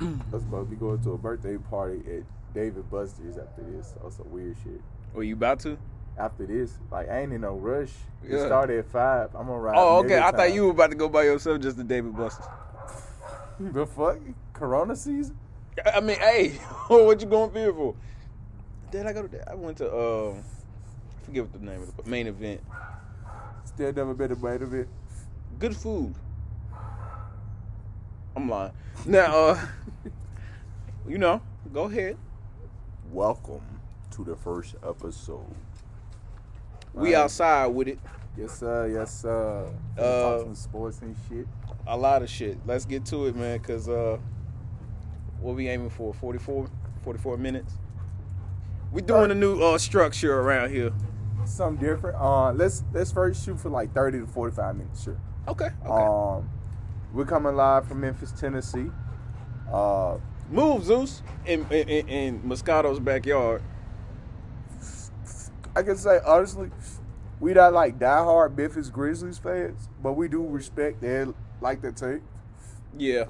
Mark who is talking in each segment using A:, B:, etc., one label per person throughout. A: I'm supposed to be going to a birthday party at David Buster's after this. Or some weird shit.
B: Were you about to?
A: After this, like, I ain't in no rush. It
B: Yeah.
A: started at five. I'm gonna ride.
B: Oh, okay.
A: nigga
B: I thought
A: time.
B: you were about to go by yourself just to David Buster's.
A: the fuck Corona season.
B: I mean, hey, what you going fear for? Did I go to? that? I went to. Um, I forget what the name of the main event.
A: Still never been a bite of it.
B: Good food. I'm lying. Now, uh, you know, go ahead.
A: Welcome to the first episode.
B: We
A: Right.
B: outside with it.
A: Yes, sir. Yes, sir. We
B: Uh,
A: Talk some sports and shit.
B: A lot of shit. Let's get to it, man. Cause uh, what we aiming for? 44, 44 minutes. We doing a new uh structure around here.
A: Something different. Uh, let's let's first shoot for like thirty to forty-five minutes. Sure.
B: Okay. Okay.
A: Um, we're coming live from Memphis, Tennessee. Uh,
B: Move Zeus in in, in, in Moscato's backyard.
A: I can say honestly, we not like diehard Memphis Grizzlies fans, but we do respect and like the team.
B: Yeah.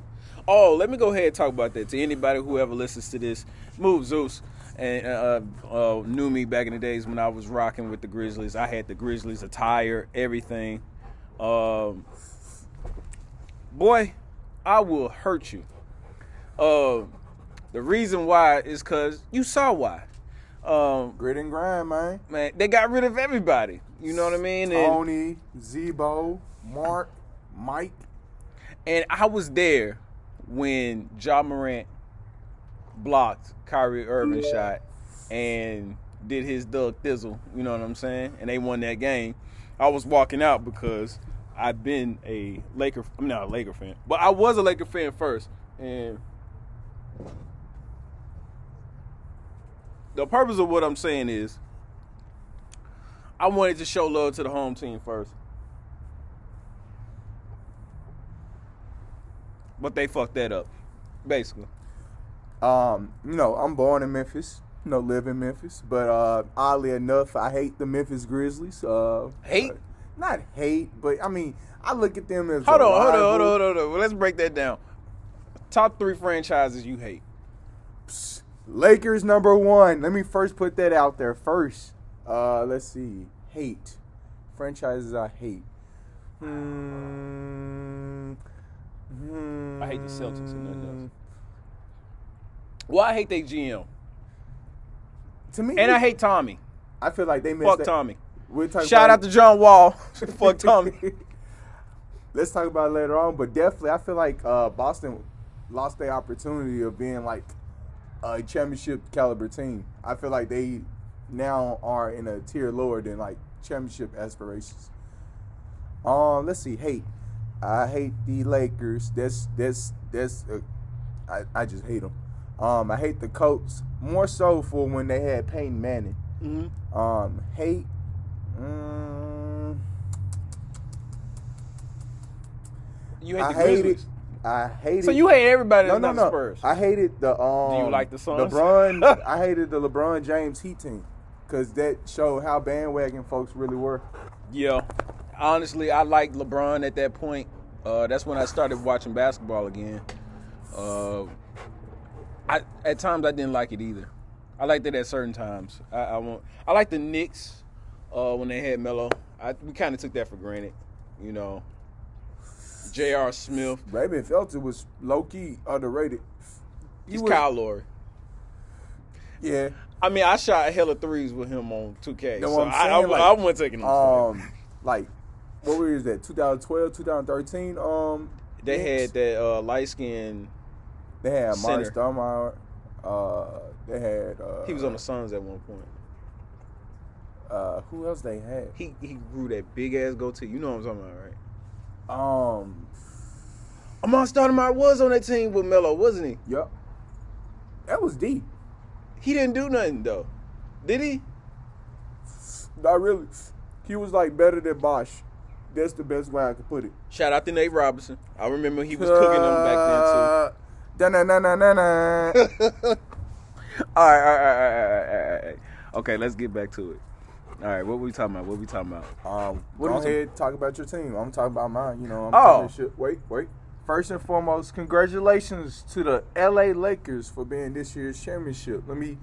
B: Oh, let me go ahead and talk about that to anybody who ever listens to this. Move Zeus and uh, uh, knew me back in the days when I was rocking with the Grizzlies. I had the Grizzlies attire, everything. Um, boy, I will hurt you. Uh, the reason why is because you saw why. Um,
A: Grit and grind, man.
B: man, they got rid of everybody. You know what I mean? And-
A: Tony, Zebo, Mark, Mike.
B: And I was there when Ja Morant blocked Kyrie Irving shot and did his Doug Thizzle, you know what I'm saying? And they won that game. I was walking out because I've been a Laker I'm not a Laker fan. But I was a Laker fan first. And the purpose of what I'm saying is I wanted to show love to the home team first. But they fucked that up. Basically.
A: Um, you know, I'm born in Memphis. You know, live in Memphis, but uh, oddly enough, I hate the Memphis Grizzlies. Uh,
B: Hate?
A: uh, not hate, but I mean, I look at them as
B: Hold
A: a
B: on, hold on,
A: rival.
B: hold on, hold on, hold on. Let's break that down. Top three franchises you hate.
A: Lakers number one. Let me first put that out there first. Uh, let's see. Hate franchises I hate. Hmm. Hmm.
B: I hate the Celtics and nothing else. Well, I hate their GM,
A: To me,
B: and I hate Tommy.
A: I feel like they missed.
B: Fuck
A: that-
B: Tommy.
A: We'll talk
B: Shout
A: about
B: out to John Wall. Fuck Tommy.
A: Let's talk about it later on, but definitely, I feel like uh, Boston lost their opportunity of being like a championship caliber team. I feel like they now are in a tier lower than like championship aspirations. Um, let's see, hate. I hate the Lakers. That's that's that's. Uh, I I just hate them. Um, I hate the Colts more so for when they had Peyton Manning.
B: Mhm.
A: Um, hate. Mm,
B: You hate
A: I
B: the
A: hate it.
B: Grizzlies.
A: I hate it.
B: So you hate everybody
A: no
B: that's
A: no
B: not the
A: no.
B: Spurs.
A: I hated the um.
B: like the Suns?
A: LeBron. I hated the LeBron James Heat team because that showed how bandwagon folks really were.
B: yeah. Honestly, I liked LeBron at that point. Uh, that's when I started watching basketball again. Uh, I at times I didn't like it either. I liked it at certain times. I I, won't, I liked the Knicks uh, when they had Melo. I, we kind of took that for granted, you know. J.R. Smith,
A: Raymond Felton was low key underrated. He
B: he's
A: was-
B: Kyle Lowry.
A: Yeah.
B: I mean, I shot hella threes with him on 2K.
A: Know
B: so
A: what I'm
B: I, I,
A: saying? Like,
B: I wasn't taking them.
A: Um, like what year is that? 2012, 2013. Um,
B: they
A: Knicks?
B: had that uh, light skin.
A: They had Mark
B: Center.
A: Stoudemire. Uh, they had. Uh,
B: He was on the Suns at one point.
A: Uh, who else they had?
B: He he grew that big ass goatee. You know what I'm talking about, right?
A: Um,
B: Amon Stoudemire was on that team with Melo, wasn't he?
A: yep. That was deep.
B: He didn't do nothing though, did he?
A: Not really. He was like better than Bosch. That's the best way I could put it.
B: Shout out to Nate Robinson. I remember he was cooking them back
A: Uh, then too. Na na na na.
B: then too. all, right, all, right, all, right, all right, all right, all right. Okay, let's get back to it. All right, what we talking about? What we talking about?
A: Um,
B: What
A: go
B: was it?
A: ahead, talk about your team. I'm talking about mine. You know, I'm
B: Oh.
A: talking shit. Wait, wait. First and foremost, congratulations to the LA Lakers for being this year's championship. Let me.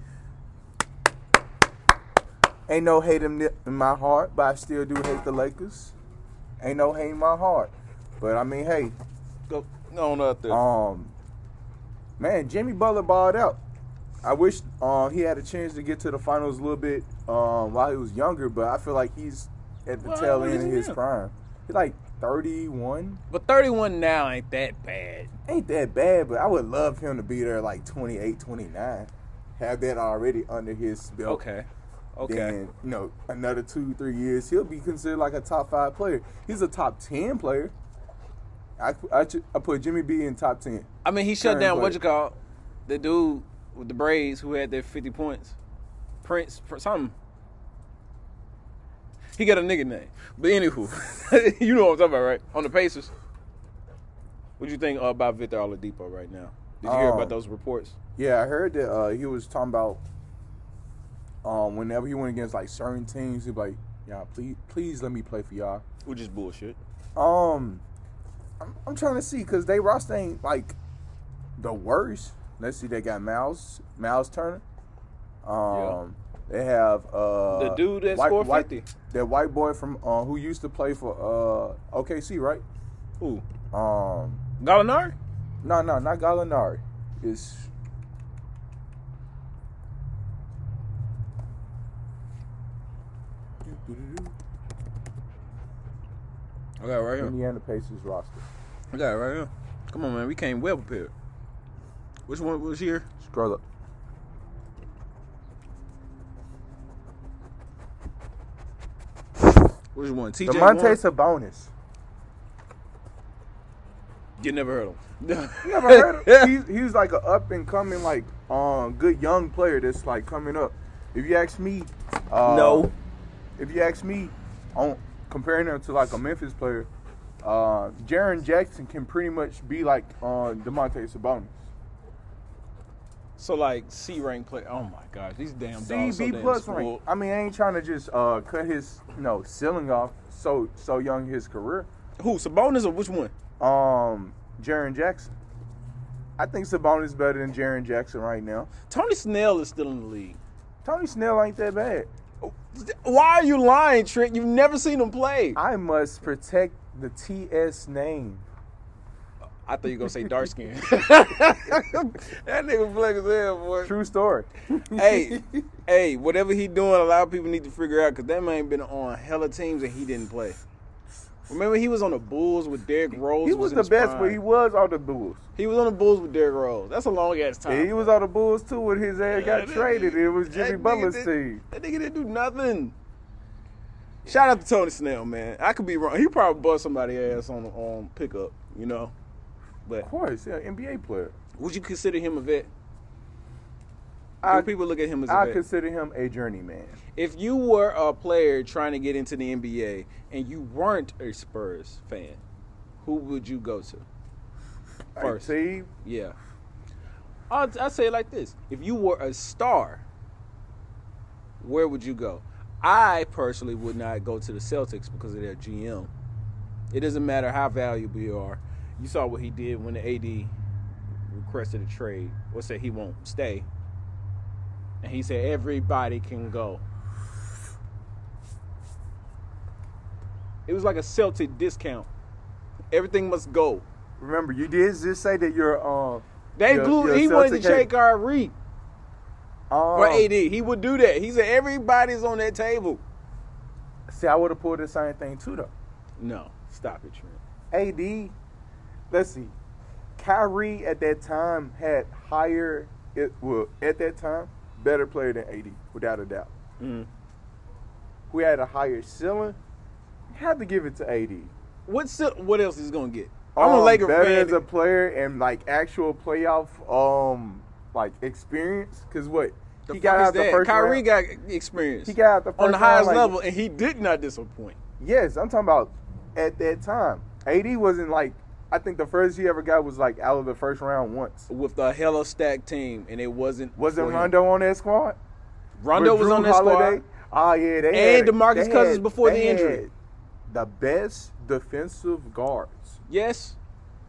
A: Ain't no hate in in my heart, but I still do hate the Lakers. Ain't no hate in my heart, but I mean, hey,
B: Go on out there.
A: um, man, Jimmy Butler balled out. I wish uh, he had a chance to get to the finals a little bit um, while he was younger, but I feel like he's at the
B: Well, how
A: tail
B: old
A: end
B: is
A: of
B: he
A: his
B: now?
A: prime. He's like 31.
B: but 31 now ain't that bad.
A: Ain't that bad, but I would love him to be there like 28, 29. Have that already under his belt.
B: Okay. Okay.
A: Then, you know, another two, three years, he'll be considered like a top five player. He's a top 10 player. I, I, ju- I put Jimmy B in top 10.
B: I mean, he shut
A: Current
B: down
A: player.
B: what you call the dude with the braids who had their fifty points, Prince for something. He got a nigga name, but anywho, you know what I'm talking about, right? On the Pacers, what you think uh, about Victor Oladipo right now? Did you hear
A: Um,
B: about those reports?
A: Yeah, I heard that uh, he was talking about um, whenever he went against like certain teams, he'd be like, y'all, please, please let me play for y'all.
B: Which is bullshit.
A: Um, I'm, I'm trying to see because they roster ain't like the worst. Let's see, they got Miles Miles Turner. Um, they have uh
B: The dude that scored 50.
A: That white boy from uh, who used to play for uh OKC, right?
B: Who?
A: Um,
B: Gallinari?
A: no, no, not Gallinari. It's
B: I got it right here.
A: Indiana Pacers roster. Mm-hmm.
B: I got it right here. Come on, man. We came well prepared. Which one was here?
A: Scroll up.
B: Which one? TJ.
A: Demonte
B: Warren?
A: Sabonis.
B: You never heard of him.
A: You never heard of he's, he's like an up and coming, like um, good young player that's like coming up. If you ask me, uh,
B: No.
A: If you ask me, on comparing him to like a Memphis player, uh, Jaron Jackson can pretty much be like uh, Demonte Sabonis.
B: So like C rank play. Oh my gosh, these damn
A: C
B: dogs.
A: B
B: so
A: plus
B: damn
A: rank. I mean, I ain't trying to just uh, cut his you know ceiling off so so young his career.
B: Who Sabonis or which one?
A: Um, Jaron Jackson. I think Sabonis is better than Jaron Jackson right now.
B: Tony Snell is still in the league.
A: Tony Snell ain't that bad.
B: Why are you lying, Trent? You've never seen him play. I,
A: I must protect the TS name.
B: thought you were gonna say dark skin. that nigga black as hell, boy.
A: True story.
B: Hey, hey, whatever he doing, a lot of people need to figure out because that man been on hella teams and he didn't play. Remember he was on the Bulls with Derrick Rose.
A: he was
B: in
A: the
B: his
A: best,
B: prime.
A: but he was on the Bulls.
B: he was on the Bulls with Derrick Rose. That's a long ass time.
A: Yeah, he was on the Bulls too when his ass got
B: That nigga-
A: traded. It was Jimmy
B: that nigga
A: Butler's
B: did-
A: team.
B: That nigga didn't do nothing. Shout out to Tony Snell, man. I could be wrong. He probably bust somebody ass on on pickup, you know. But
A: Of course, yeah, NBA player.
B: would you consider him a vet? Do
A: I,
B: people look at him as a
A: I
B: vet?
A: consider him a journeyman.
B: if you were a player trying to get into the NBA and you weren't a Spurs fan, who would you go to? First.
A: Like, see,
B: Yeah. I'll, I'll say it like this if you were a star, where would you go? I personally would not go to the Celtics because of their GM. It doesn't matter how valuable you are. You saw what he did when the AD requested a trade or said he won't stay. And he said everybody can go. It was like a Celtic discount. Everything must go.
A: remember you did just say that you're um.
B: They
A: your-
B: glued.
A: your
B: he wanted to
A: Celtic
B: shake our reek
A: hate. Um,
B: for AD. He would do that. He said everybody's on that table.
A: See, I would have pulled the same thing too though.
B: No, stop it, Trent.
A: AD, let's see, Kyrie at that time had higher, it well at that time, better player than AD without a doubt.
B: Mhm.
A: Who had a higher ceiling? Had to give it to AD.
B: What's the- what else he's gonna get? I'm a
A: Um,
B: Laker
A: better
B: fan.
A: as a player and like actual playoff um like experience. Cause what
B: the fuck is that? Kyrie
A: round-
B: got experience.
A: He got out the first
B: on the highest
A: round, like-
B: level, and he did not disappoint.
A: Yes, I'm talking about at that time. AD wasn't like I think the first he ever got was like out of the first round once.
B: With the hella stacked team, and it wasn't
A: Wasn't
B: for him.
A: Rondo on that squad?
B: Rondo
A: With
B: was
A: Drew
B: on that
A: Holiday?
B: squad.
A: Oh yeah, they
B: And
A: had-
B: DeMarcus
A: they
B: Cousins
A: had-
B: before
A: they
B: the injury.
A: had The best defensive guards.
B: Yes,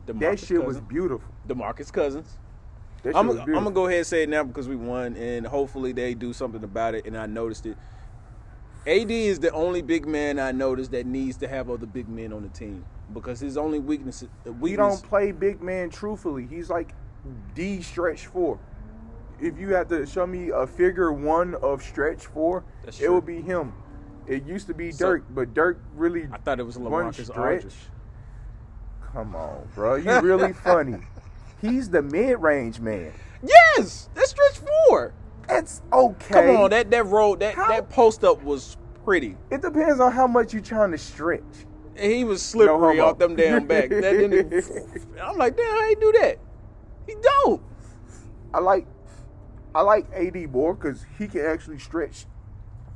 B: DeMarcus
A: That shit was
B: Cousins.
A: beautiful.
B: DeMarcus Cousins.
A: That shit
B: I'm,
A: was
B: I'm
A: beautiful.
B: gonna go ahead and say it now because we won, and hopefully they do something about it. And I noticed it. AD is the only big man I noticed that needs to have other big men on the team because his only weakness, uh, weakness
A: He don't play big man truthfully. He's like the stretch four. If you had to show me a figure one of stretch four,
B: That's
A: it
B: true.
A: would be him. It used to be
B: So-
A: Dirk, but Dirk really
B: I thought it was
A: run
B: LaMarcus
A: stretch.
B: Aldridge.
A: Come on, bro. You really funny. He's the mid range man.
B: Yes, that's stretch four.
A: That's okay.
B: Come on, that that road that
A: How-
B: that post up was pretty.
A: it depends on how much you're trying to stretch.
B: He was slippery
A: No homo.
B: off them damn back. That didn't. I'm like, damn, how he do that? He don't.
A: I like I like AD more because he can actually stretch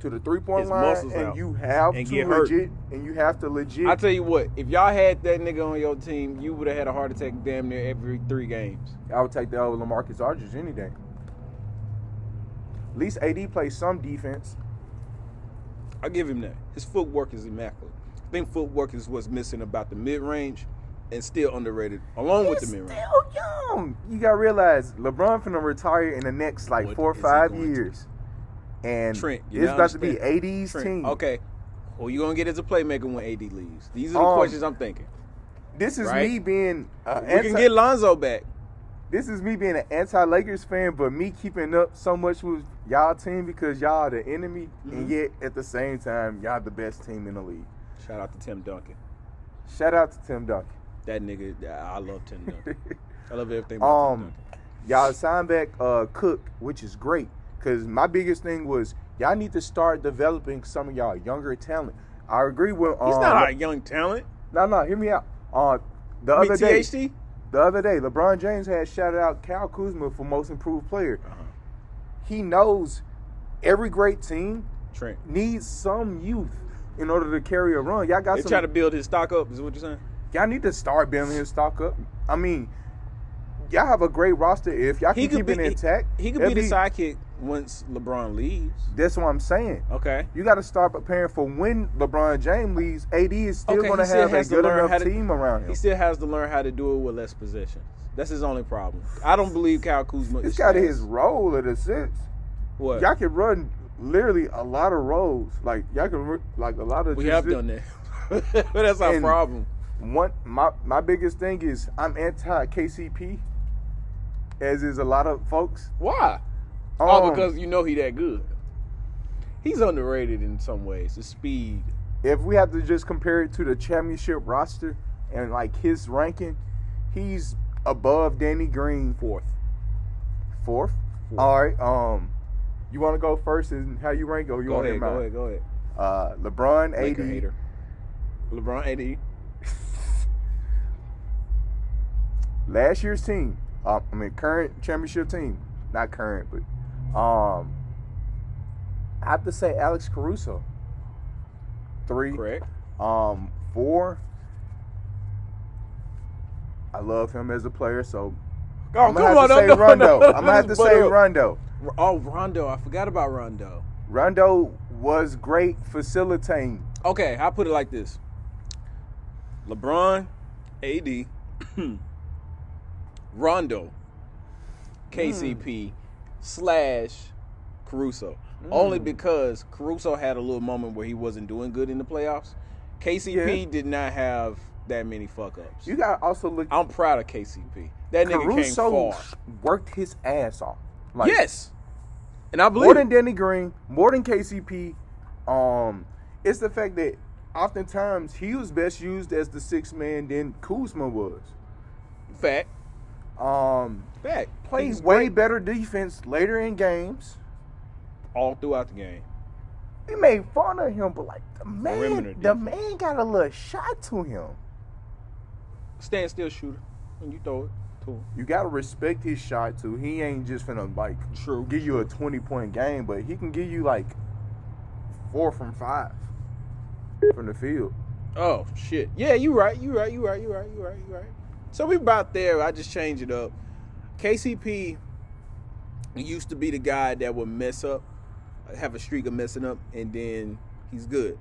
A: to the three point
B: His
A: line,
B: muscles
A: and
B: out.
A: you have
B: And
A: to
B: get hurt.
A: legit, and you have to legit.
B: I tell you what, if y'all had that nigga on your team, you would have had a heart attack damn near every three games.
A: I would take the over Lamarcus Aldridge any day. At least AD plays some defense.
B: I give him that. His footwork is immaculate. I think footwork is what's missing about the mid range, and still underrated along with
A: He's
B: the mid range.
A: still young. You gotta realize LeBron finna retire in the next like
B: What
A: four or
B: is he
A: five
B: going to-
A: years, and
B: Trent, you
A: it's
B: now
A: about to be
B: understand.
A: AD's
B: Trent,
A: team.
B: Okay, who you gonna get as a playmaker when AD leaves? These are the
A: Um,
B: questions I'm thinking.
A: this is
B: Right.
A: me being uh,
B: We can
A: anti-
B: get Lonzo back.
A: this is me being an anti-Lakers fan, but me keeping up so much with y'all team because y'all the enemy,
B: Mm-hmm.
A: and yet at the same time y'all the best team in the league.
B: Shout out to Tim Duncan.
A: Shout out to Tim Duncan.
B: That nigga, I I love Tim Duncan. I love everything about Tim
A: Um,
B: Duncan.
A: y'all signed back uh, Cook, which is great. Cause my biggest thing was y'all need to start developing some of y'all younger talent. I agree with. Um,
B: He's not our young talent.
A: No, no, hear me out. Uh, the
B: I mean,
A: other day,
B: THT.
A: the other day, LeBron James had shouted out Cal Kuzma for most improved player.
B: Uh-huh.
A: He knows every great team
B: Trent.
A: needs some youth in order to carry a run. Y'all got
B: They
A: some.
B: trying to build his stock up. Is what you're saying?
A: y'all need to start building his stock up. I mean, y'all have a great roster. If y'all can
B: He could
A: keep
B: be
A: it intact,
B: He, he could
A: it'd
B: be the sidekick once LeBron leaves.
A: That's what I'm saying.
B: Okay.
A: You got to start preparing for when LeBron James leaves. AD is still
B: Okay,
A: going
B: he
A: to
B: still
A: have a
B: has to
A: good
B: learn how
A: enough
B: to-
A: team around him.
B: He still has to learn how to do it with less possessions. That's his only problem. I don't believe Kyle Kuzma.
A: He's
B: is
A: got
B: fast.
A: his role at a six.
B: What?
A: Y'all can run literally a lot of roles. Like y'all can ru- like a lot of.
B: we
A: just-
B: have done that, but that's our
A: And-
B: problem.
A: One my my biggest thing is I'm anti KCP, as is a lot of folks.
B: Why? oh,
A: Um,
B: because you know he that good. He's underrated in some ways. His speed.
A: if we have to just compare it to the championship roster and like his ranking, he's above Danny Green
B: Fourth.
A: fourth. All right. Um, you want to go first and how you rank or you
B: Go
A: want to
B: ahead. Go ahead. Go ahead.
A: Uh, LeBron
B: Laker
A: eighty.
B: hater. LeBron AD.
A: last year's team. Uh, I mean, current championship team, not current, but um, I have to say Alex Caruso. Three,
B: Correct.
A: um, four. I love him as a player, so
B: Oh,
A: I'm gonna have to say Rondo. I'm gonna have to say Rondo.
B: uh, Oh, Rondo. I forgot about Rondo.
A: Rondo was great facilitating.
B: Okay, I'll put it like this. LeBron, AD, Rondo, KCP, slash Caruso.
A: Mm.
B: Only because Caruso had a little moment where he wasn't doing good in the playoffs. KCP
A: Yeah.
B: did not have that many fuck ups.
A: You gotta also look.
B: I'm proud of KCP. Oh, That nigga came
A: Caruso
B: far.
A: worked his ass off. Like,
B: Yes. And I
A: more
B: believe
A: than Danny Green, more than KCP. Um, it's the fact that oftentimes he was best used as the sixth man than Kuzma was.
B: fact.
A: Um,
B: Fact.
A: plays
B: He's
A: way better defense later in games.
B: all throughout the game.
A: We made fun of him, but like the man,
B: Perimeter
A: the
B: defense.
A: man got a little shot to him.
B: Standstill shooter. And you throw it to him.
A: You gotta respect his shot too. He ain't just finna like
B: True.
A: give you a twenty point game, but he can give you like four from five from the field.
B: Oh shit. Yeah, you right. You right. You right. You right. You right. You right. So we about there. I just changed it up. KCP used to be the guy that would mess up, have a streak of messing up, and then he's good.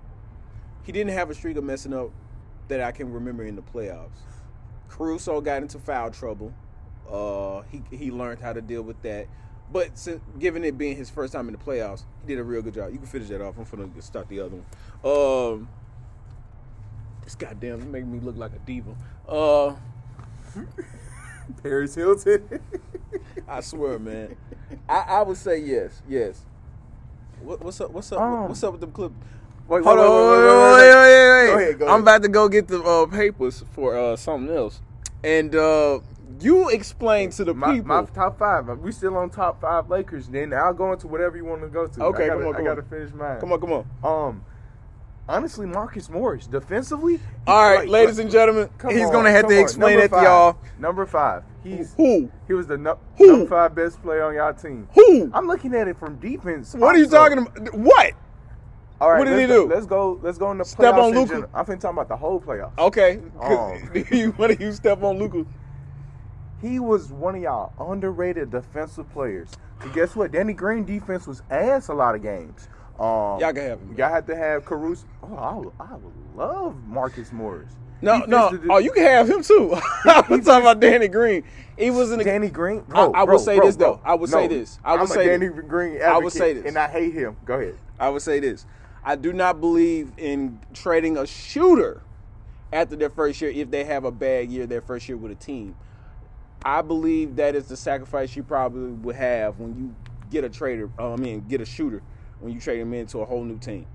B: He didn't have a streak of messing up that I can remember in the playoffs. Caruso got into foul trouble. Uh, he he learned how to deal with that. But since, given it being his first time in the playoffs, he did a real good job. You can finish that off. I'm gonna start the other one. Um, this goddamn making me look like a diva. Uh,
A: Paris Hilton.
B: I swear, man. I, I would say yes, yes. What, what's up? What's up?
A: Um,
B: what's up with the clip? Wait,
A: Hold
B: wait,
A: on,
B: wait,
A: wait, wait,
B: wait,
A: wait,
B: wait, wait,
A: wait.
B: wait.
A: Go ahead, go
B: I'm
A: ahead.
B: about to go get the uh, papers for uh, something else, and uh, you explain to the
A: my,
B: people.
A: my top five. uh, We still on top five Lakers. Then I'll go into whatever you want to go to.
B: Okay,
A: I gotta,
B: come on, come
A: I gotta
B: on.
A: finish mine.
B: come on, come on.
A: on. Um, honestly, Marcus Morris defensively.
B: All right,
A: like,
B: ladies
A: like,
B: and gentlemen,
A: come
B: he's
A: on,
B: gonna have
A: come
B: to
A: on.
B: explain
A: Number
B: it to
A: five.
B: y'all.
A: Number five. He's
B: Who?
A: he was the nu-
B: Who?
A: number five best player on y'all team.
B: Who?
A: I'm looking at it from defense.
B: What are you
A: also.
B: talking about? What?
A: All right,
B: What did
A: let's
B: he
A: go-
B: do?
A: Let's go. Let's go in the
B: Step
A: playoffs
B: on
A: in
B: Luka?
A: general. I'm finna talk about the whole playoffs.
B: Okay.
A: Oh.
B: you want to you step on Luca?
A: He was one of y'all underrated defensive players. And guess what? Danny Green defense was ass a lot of games. Um,
B: Y'all can have him.
A: Y'all had to have Caruso. Oh, I would, I would love Marcus Morris.
B: No,
A: Defense
B: no.
A: to the-
B: Oh, you can have him too. I was talking about Danny Green. He was in the
A: Danny Green.
B: I-
A: Bro,
B: I
A: bro,
B: will say
A: bro,
B: this,
A: bro.
B: though. I will
A: No,
B: say this. I will
A: I'm
B: say
A: a Danny
B: this.
A: Green. Advocate,
B: I will say this.
A: and I hate him. Go ahead.
B: I would say this. I do not believe in trading a shooter after their first year if they have a bad year their first year with a team. I believe that is the sacrifice you probably would have when you get a trader, uh, I mean, get a shooter when you trade him into a whole new team.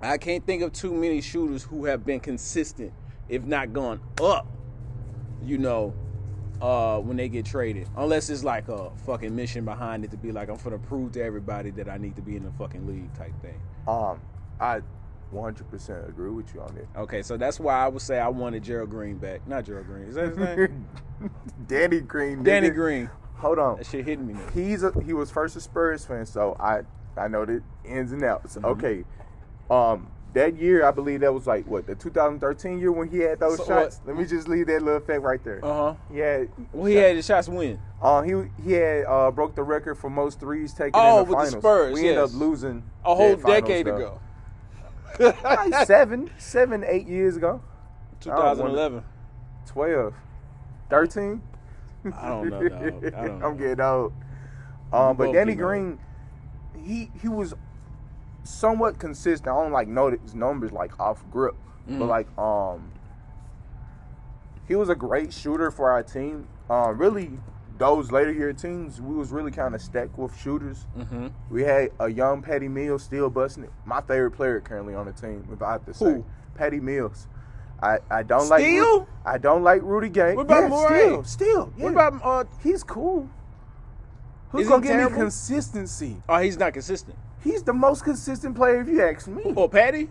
B: I can't think of too many shooters who have been consistent, if not gone up, you know, uh, when they get traded. Unless it's like a fucking mission behind it to be like, I'm going to prove to everybody that I need to be in the fucking league type thing.
A: Um, I 100% agree with you on that.
B: Okay, so that's why I would say I wanted Gerald Green back. Not Gerald Green. Is that his name?
A: Danny Green.
B: Danny
A: nigga.
B: Green.
A: Hold on.
B: That shit hitting me now.
A: he's a, he was first a Spurs fan, so I I know the ins and outs.
B: Mm-hmm.
A: Okay, um, that year I believe that was like what the 2013 year when he had those
B: So
A: shots. Let me just leave that little fact right there.
B: Uh huh.
A: Yeah,
B: Well, he had his shots win.
A: uh, he he had uh, broke the record for most threes taken
B: Oh,
A: in
B: with
A: the
B: the
A: finals.
B: Spurs,
A: we ended
B: yes.
A: up losing
B: A whole
A: that finals,
B: decade
A: though.
B: ago.
A: like seven, seven, eight years ago,
B: 2011.
A: 12, 13.
B: I don't know, dog. I don't
A: I'm
B: know.
A: getting old. Um, but
B: both
A: Danny
B: getting
A: Green, he he was somewhat consistent. I don't like know his numbers like off grip,
B: Mm.
A: but like um, he was a great shooter for our team. Um, really, those later year teams, we was really kind of stacked with shooters.
B: Mm-hmm.
A: We had a young Patty Mills still busting it. My favorite player currently on the team, if I have to say,
B: Who?
A: Patty Mills. I, I don't
B: Still?
A: like I don't like Rudy Gay.
B: What about
A: yeah,
B: Morey?
A: Still, still. Yeah.
B: What about uh?
A: He's cool. Who's
B: Is he
A: gonna give
B: terrible?
A: me consistency?
B: Oh, he's not consistent.
A: He's the most consistent player if you ask me.
B: Or Patty?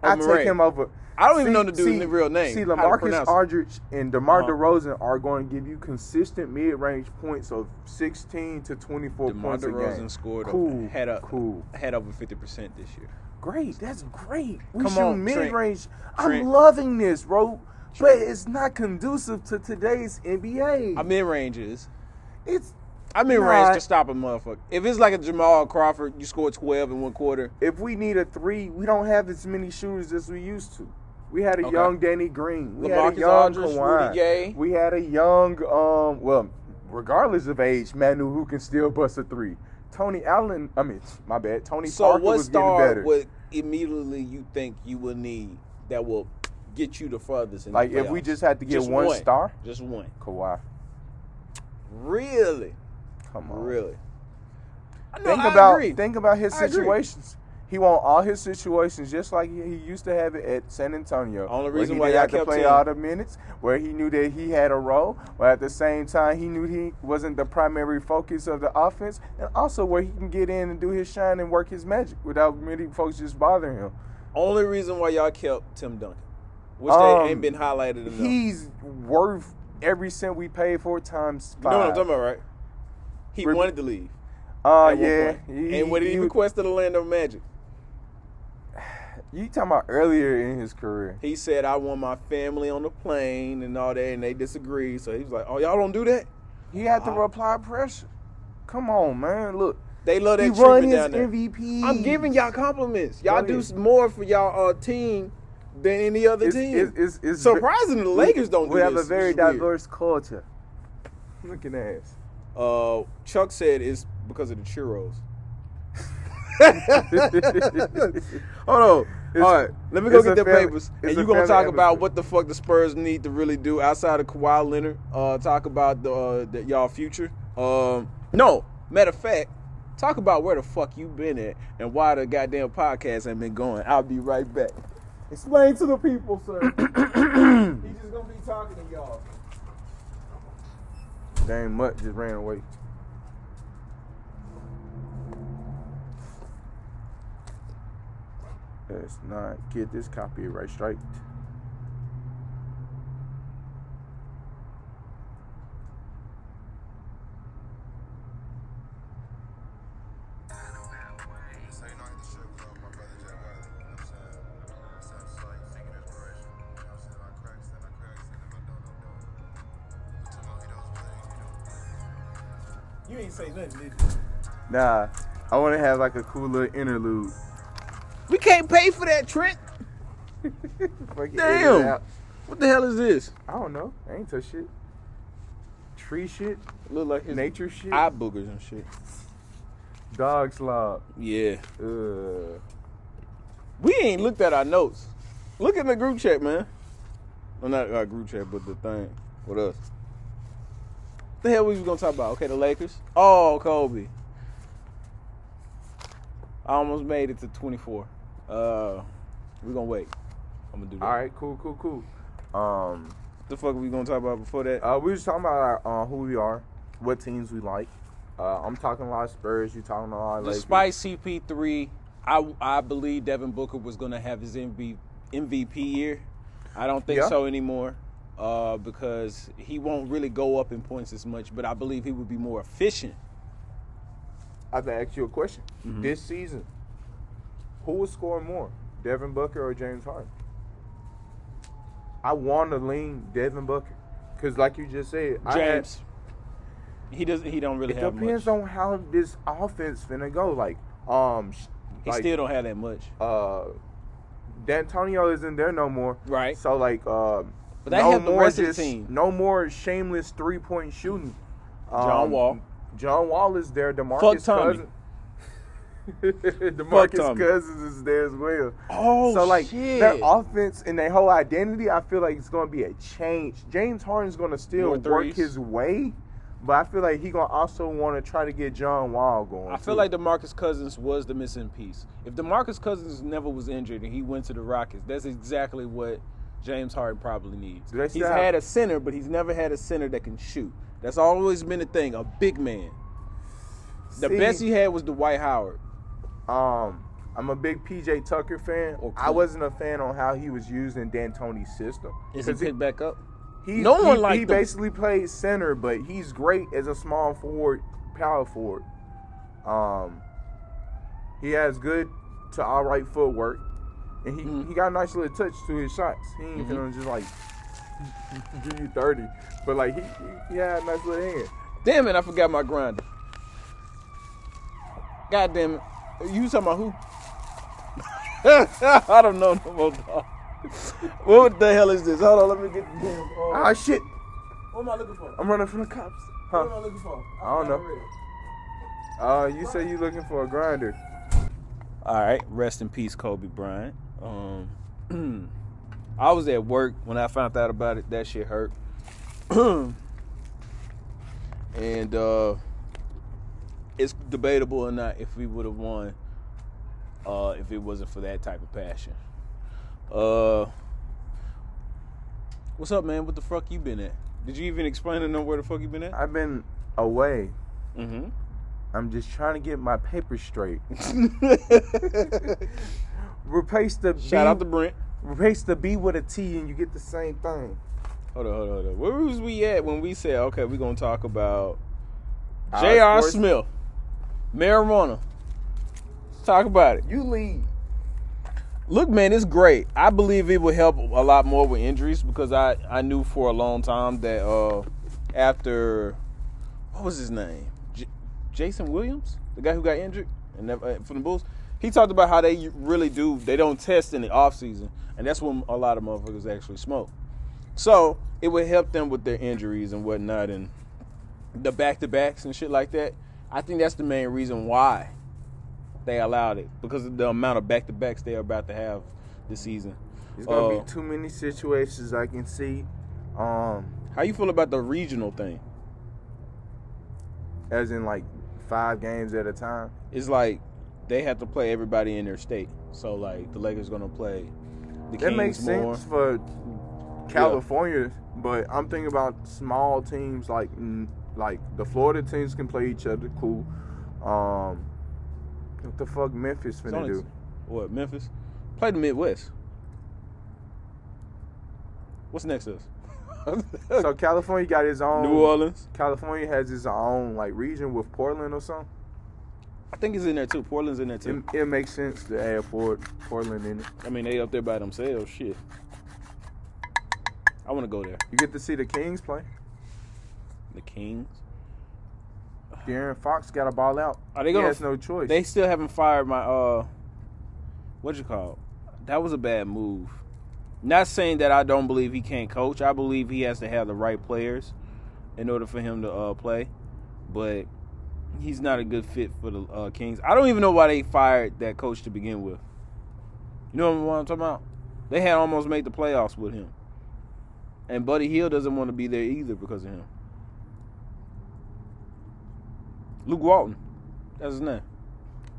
B: Or
A: I
B: Murray?
A: take him over.
B: Oh, I don't even know the dude's
A: see-
B: real name,
A: See,
B: how to
A: Lamarcus
B: pronounce it.
A: Aldridge and DeMar
B: Uh-huh.
A: DeRozan are going to give you consistent mid-range points of 16 to 24
B: DeMar
A: points a game.
B: DeRozan scored
A: Cool,
B: cool, had up
A: cool.
B: had over fifty percent this year.
A: Great, that's great. We
B: Come
A: shoot
B: on, Trent.
A: mid-range.
B: Trent.
A: I'm loving this, bro. But it's not conducive to today's NBA.
B: I'm in ranges.
A: it's
B: I'm in
A: Nah.
B: range to stop a motherfucker. If it's like a Jamal Crawford, you score twelve in one quarter.
A: if we need a three, we don't have as many shooters as we used to. We had a
B: Okay.
A: young Danny Green. We had
B: LaMarcus
A: a young
B: Aldridge,
A: Kawhi.
B: Rudy Gay.
A: We had a young, um, well, regardless of age, Manu who can still bust a three. Tony Allen, I mean, my bad. Tony
B: So
A: Parker
B: what
A: was getting
B: star
A: better.
B: would immediately you think you will need that will get you the furthest? In the
A: like if we
B: playoffs?
A: just had to get one, star,
B: just one.
A: Kawhi.
B: Really,
A: Come on.
B: really. I know,
A: Think
B: I
A: about
B: agree.
A: think about his
B: I agree.
A: situations. He won all his situations just like he he used to have it at San Antonio.
B: Only
A: where
B: reason
A: he
B: why
A: didn't
B: y'all
A: have to
B: kept
A: play
B: him-
A: all the minutes, where he knew that he had a role, but at the same time he knew he wasn't the primary focus of the offense, and also where he can get in and do his shine and work his magic without many folks just bothering him.
B: Only reason why y'all kept Tim Duncan, which
A: Um,
B: they ain't been highlighted enough.
A: He's worth every cent we paid for times
B: You know what I'm
A: five.
B: talking about, right? He
A: Rem-
B: wanted to leave.
A: Uh,
B: at one
A: yeah.
B: point.
A: He-
B: and when he,
A: he-
B: requested Orlando Magic,
A: you talking about earlier in his career.
B: he said, I want my family on the plane and all that, and they disagreed. So he was like, Oh, y'all don't do that?
A: He had to
B: Wow.
A: reply pressure. Come on, man. Look,
B: They love that
A: he
B: treatment
A: run his
B: down there.
A: MVP.
B: I'm giving y'all compliments. Y'all
A: Go
B: do
A: ahead.
B: s- more for y'all uh, team than any other
A: It's-
B: team.
A: it's- it's- it's-
B: Surprisingly, the Lakers don't.
A: We
B: do
A: have
B: this,
A: a very
B: which is weird.
A: diverse culture. Looking ass.
B: Uh, Chuck said it's because of the churros. Hold on. All right, let me go
A: it's
B: get
A: a
B: their
A: family-
B: papers,
A: it's
B: and
A: a
B: you gonna
A: family
B: talk about
A: atmosphere.
B: what the fuck the Spurs need to really do outside of Kawhi Leonard. Uh, talk about the, uh, the y'all future. Um, no, matter of fact, talk about where the fuck you been at and why the goddamn podcast ain't been going. I'll be right back.
C: Explain to the people, sir. He's just gonna be talking to y'all.
A: Dame Mutt just ran away. Let's not get this copyright strike.
D: So you know I get the shit with uh, my brother Jay Wiley, you know what I'm saying? So I'm just like seeking inspiration. You know what I'm saying? If I crack, then I crack, and if I don't, I'm done. But too long he does what he
C: You ain't say nothing, did
A: Nah, I want to have like a cool little interlude.
B: We can't pay for that, Trent.
A: Fucking edit it
B: Damn.
A: out.
B: What the hell is this?
A: I don't know. I ain't touch shit. Tree shit,
B: Look like his
A: nature shit,
B: eye boogers and shit.
A: dog slob.
B: Yeah.
A: Ugh.
B: We ain't looked at our notes. Look in the group chat, man. Well, not our group chat, but the thing with us. The hell we was gonna talk about? Okay, the Lakers. Oh, Kobe. I almost made it to 24. Uh, we gonna wait. I'm gonna do that.
A: All right, cool, cool, cool. Um,
B: What the fuck are we gonna talk about before that?
A: Uh, we was talking about our, uh, who we are, what teams we like. Uh, I'm talking a lot of Spurs. You talking a lot of Lakers.
B: Despite CP3, I I believe Devin Booker was going to have his MV, MVP year. I don't think
A: Yeah.
B: so anymore uh, because he won't really go up in points as much, but I believe he would be more efficient.
A: I have to ask you a question.
B: Mm-hmm.
A: This season, who will score more, Devin Booker or James Harden? I want to lean Devin Booker because, like you just said, I had-
B: James, he doesn't. He don't really
A: it
B: have
A: depends
B: much.
A: on how this offense finna go. Like, um, sh-
B: he
A: like,
B: still don't have that much.
A: uh, D'Antonio isn't there no more.
B: Right.
A: So like, um,
B: But they
A: no
B: helped the
A: more
B: rest of the
A: just
B: team.
A: no more shameless three point shooting. Um,
B: John Wall.
A: John Wall is there. Demarcus
B: Fuck Tommy.
A: Cousins. Demarcus
B: Tommy.
A: Cousins is there as well.
B: Oh,
A: so like
B: shit.
A: their offense and their whole identity, I feel like it's gonna be a change. James Harden's gonna
B: More
A: still work
B: threes.
A: his way, but I feel like he gonna also want to try to get John Wall going.
B: I feel
A: too.
B: like DeMarcus Cousins was the missing piece. If DeMarcus Cousins never was injured and he went to the Rockets, that's exactly what James Harden probably needs.
A: Do they
B: He's
A: still have-
B: had a center, but he's never had a center that can shoot. That's always been the thing, a big man. The
A: See?
B: best he had was Dwight Howard.
A: Um, I'm a big PJ Tucker fan.
B: Or
A: I
B: Cook.
A: wasn't a fan on how he was used in D'Antoni's system.
B: Is he
A: 'Cause he-
B: picked back up?
A: he-
B: no one
A: he,
B: liked
A: he
B: him.
A: basically plays center, but he's great as a small forward, power forward. Um, he has good to all right footwork, and he,
B: Mm-hmm.
A: he got a nice little touch to his shots. He ain't gonna just like give you thirty, but like he he, he had a nice little hand.
B: Damn it, I forgot my grinder. God damn it. You talking about who? I don't know no more, dog. what the hell is this? Hold on, let me get the damn. uh,
A: Ah shit!
B: What am I looking for?
A: I'm running from the cops. Huh?
B: I looking for?
A: I don't know. Uh, you say you looking for a grinder?
B: All right, rest in peace, Kobe Bryant. Um, I was at work when I found out about it. That shit hurt. and uh, it's debatable or not if we would have won uh, if it wasn't for that type of passion. Uh, what's up, man? What the fuck you been at? Did you even explain to them where the fuck you been at?
A: I've been away.
B: Mm-hmm.
A: I'm just trying to get my papers straight. Replace the B,
B: Shout out to Brent.
A: replace the B with a T, and you get the same thing.
B: Hold on, hold on, hold on. Where was we at when we said, okay, we're gonna talk about
A: Our
B: J.R.
A: sports-
B: Smith, marijuana? Let's talk about it.
A: You lead.
B: Look, man, it's great. I believe it will help a lot more with injuries because I I knew for a long time that uh after what was his name, J- Jason Williams, the guy who got injured and never, uh, from the Bulls, he talked about how they really do. They don't test in the off season. and that's when a lot of motherfuckers actually smoke. So it would help them with their injuries and whatnot, and the back to backs and shit like that. I think that's the main reason why they allowed it because of the amount of back to backs they're about to have this season.
A: It's gonna
B: Uh,
A: be too many situations I can see. Um,
B: How you feel about the regional thing?
A: as in like five games at a time.
B: It's like they have to play everybody in their state. So like the Lakers gonna play the
A: That
B: Kings
A: makes
B: more.
A: sense for California, but I'm thinking about small teams like mm, like the Florida teams can play each other. Cool. Um, what the fuck Memphis
B: It's
A: finna
B: only-
A: do?
B: What Memphis? Play the Midwest. What's next to us?
A: So um, California got its own.
B: New Orleans.
A: California has its own like region with Portland or something.
B: I think it's in there too. Portland's in there too.
A: It, it makes sense to add Port, Portland in it.
B: I mean, they up there by themselves. Shit. I want to go there.
A: You get to see the Kings play.
B: The Kings.
A: De'Aaron Fox got a ball out.
B: Are they
A: he
B: gonna-
A: has no choice.
B: They still haven't fired my uh, what you call? it? That was a bad move. Not saying that I don't believe he can't coach. I believe he has to have the right players in order for him to uh, play, but he's not a good fit for the uh, Kings. I don't even know why they fired that coach to begin with. You know what I'm talking about? They had almost made the playoffs with him, and Buddy Hill doesn't want to be there either because of him. Luke Walton, that's his name.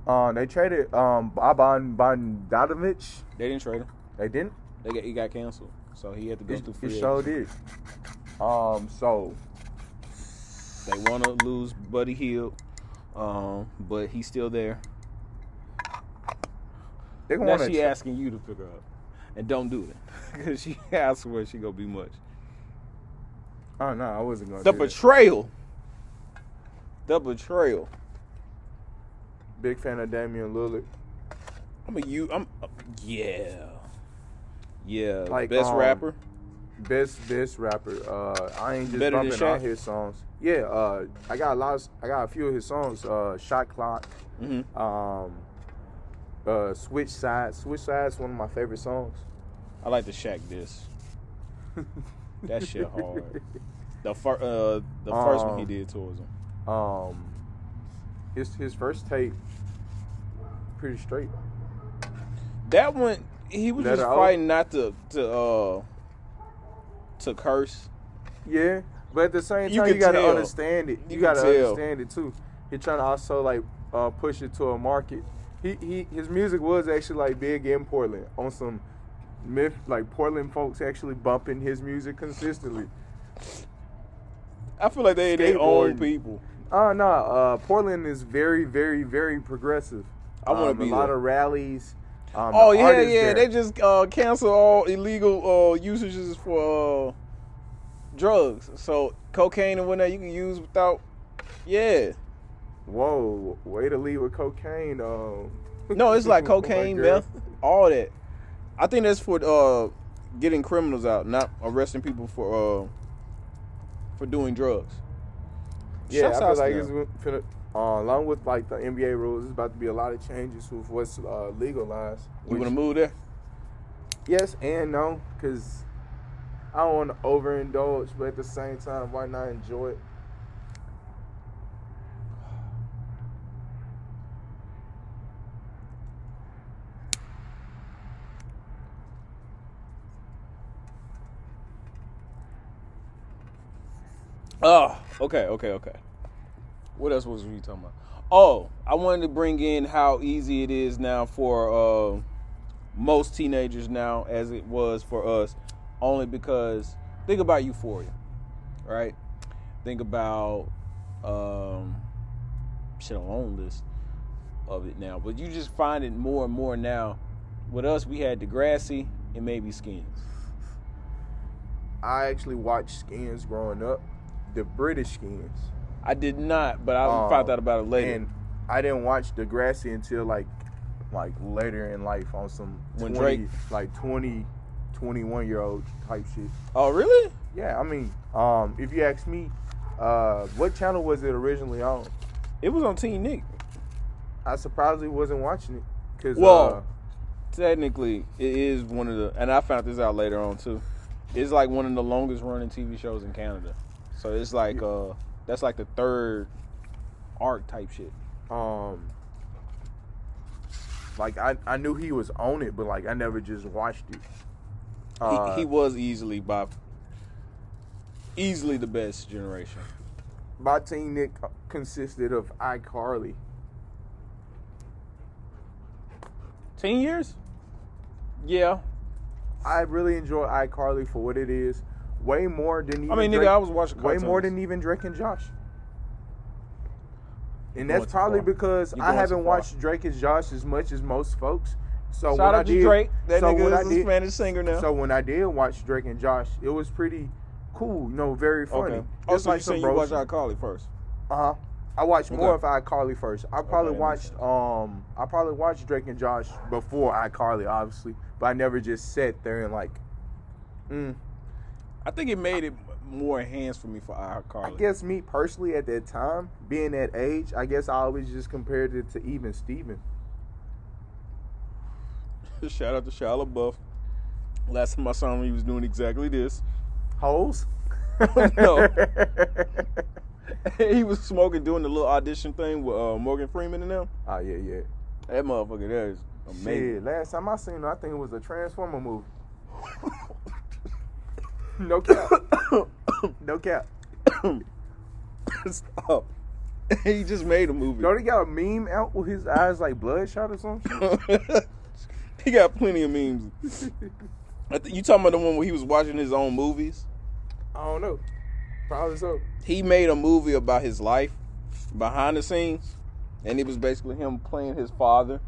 A: Uh, they traded um Boban Bogdanovich.
B: They didn't trade him.
A: They didn't.
B: They got, he got canceled, so he had to go
A: It,
B: through free.
A: it
B: agency.
A: showed it. Um, so
B: They want to lose Buddy Hill, um, but he's still there.
A: they gonna
B: Now
A: want
B: she
A: to.
B: asking you to pick her up, and don't do it, because she I swear she gonna be much.
A: Oh no, I wasn't gonna.
B: The
A: do that.
B: betrayal. The betrayal.
A: Big fan of Damian Lillard.
B: I'm a you. I'm uh, yeah, yeah.
A: Like,
B: best
A: um,
B: rapper.
A: Best best rapper. Uh, I ain't just
B: Better than
A: bumping all
B: Shaq?
A: his songs. Yeah. Uh, I got a lot. Of, I got a few of his songs. Uh, Shot Clock.
B: hmm
A: Um, uh, Switch Sides. Switch Sides. One of my favorite songs.
B: I like the Shaq this. That shit hard. The fir- uh, the first one he
A: Um,
B: did towards him.
A: Um, his his first tape, pretty straight.
B: That one, he was
A: Letter
B: just
A: O?
B: fighting not to to uh to curse.
A: Yeah, but at the same
B: You
A: time, you,
B: can
A: gotta
B: tell.
A: understand it. You,
B: You can
A: gotta
B: tell.
A: understand it too. He trying to also like uh, push it to a market. He he his music was actually like big in Portland on some myth like Portland folks actually bumping his music consistently.
B: I feel like they they own
A: Skateboarding.
B: people.
A: Oh no, uh, Portland is very very very progressive.
B: I wanna
A: Um,
B: be
A: a lot
B: there.
A: of rallies. Um,
B: Oh
A: the
B: yeah,
A: artists
B: yeah.
A: there-
B: They just uh, cancel all illegal uh, usages for uh, drugs. So cocaine and whatnot you can use without. Yeah.
A: Whoa, way to lead with cocaine. Um,
B: No, it's like
A: Oh my
B: cocaine,
A: God.
B: meth, all that. I think that's for uh, getting criminals out, not arresting people for uh, for doing drugs.
A: Yeah,
B: Shouts
A: I
B: outs
A: feel
B: to
A: like
B: them.
A: it's finna, uh, along with like the NBA rules, it's about to be a lot of changes with what's uh, legalized.
B: you
A: Which-
B: want to move there?
A: yes and no, because I don't want to overindulge, but at the same time, why not enjoy it?
B: Oh, okay, okay, okay. What else was we talking about? Oh, I wanted to bring in how easy it is now for uh, most teenagers now, as it was for us, only because think about Euphoria, right? Think about um, shit on own list of it now, but you just find it more and more now. With us, we had Degrassi and maybe Skins.
A: I actually watched Skins growing up, the British Skins,
B: I did not, but I
A: Um,
B: found out about it later.
A: and I didn't watch Degrassi until like like later in life on some
B: When
A: 20,
B: Drake-
A: like 20, 21 year old type shit.
B: oh, really?
A: Yeah, I mean, um, if you ask me, uh, what channel was it originally on?
B: It was on Teen Nick.
A: I surprisingly wasn't watching it because
B: Well, technically it is one of the, and I found this out later on too. It's like one of the longest running TV shows in Canada. So it's like uh, that's like the third arc type shit.
A: um like I, I knew he was on it, but like I never just watched it. Uh,
B: he, he was easily by easily the best generation.
A: my team Nick consisted of iCarly.
B: Ten years? Yeah.
A: I really enjoy iCarly for what it is. Way more than even
B: I mean, nigga,
A: Drake-
B: I was watching
A: way more
B: cartoons.
A: than even Drake and Josh. And
B: Going
A: that's
B: too
A: probably
B: far.
A: because
B: You're
A: I
B: going too
A: haven't
B: far.
A: watched Drake and Josh as much as most folks. So
B: Shout
A: when I
B: out to
A: did,
B: Drake. That
A: so when I
B: nigga is a
A: did-
B: Spanish singer now.
A: So when I did watch Drake and Josh, it was pretty cool. You know, very funny.
B: okay.
A: Just
B: Also, you
A: some
B: said you
A: bros-
B: watch iCarly first.
A: uh-huh. I watched more of
B: Okay.
A: iCarly first. I probably
B: that makes
A: watched um I probably watched Drake and Josh before iCarly, obviously, but I never just sat there and like mm.
B: I think it made it more enhanced for me for iCarly.
A: I guess me personally at that time, being that age, I guess I always just compared it to even Steven.
B: Shout out to Shia LaBeouf. Last time I saw him, he was doing exactly this.
A: Holes?
B: No. he was smoking, doing the little audition thing with uh, Morgan Freeman and them.
A: Oh yeah, yeah.
B: That motherfucker there is amazing.
A: Shit, last time I seen him, I think it was a Transformer movie. no cap. no cap.
B: Stop. he just made a movie.
A: Don't he got a meme out with his eyes like bloodshot or something?
B: he got plenty of memes. I th- you talking about the one where he was watching his own movies?
A: I don't know. Probably so.
B: He made a movie about his life behind the scenes, and it was basically him playing his father.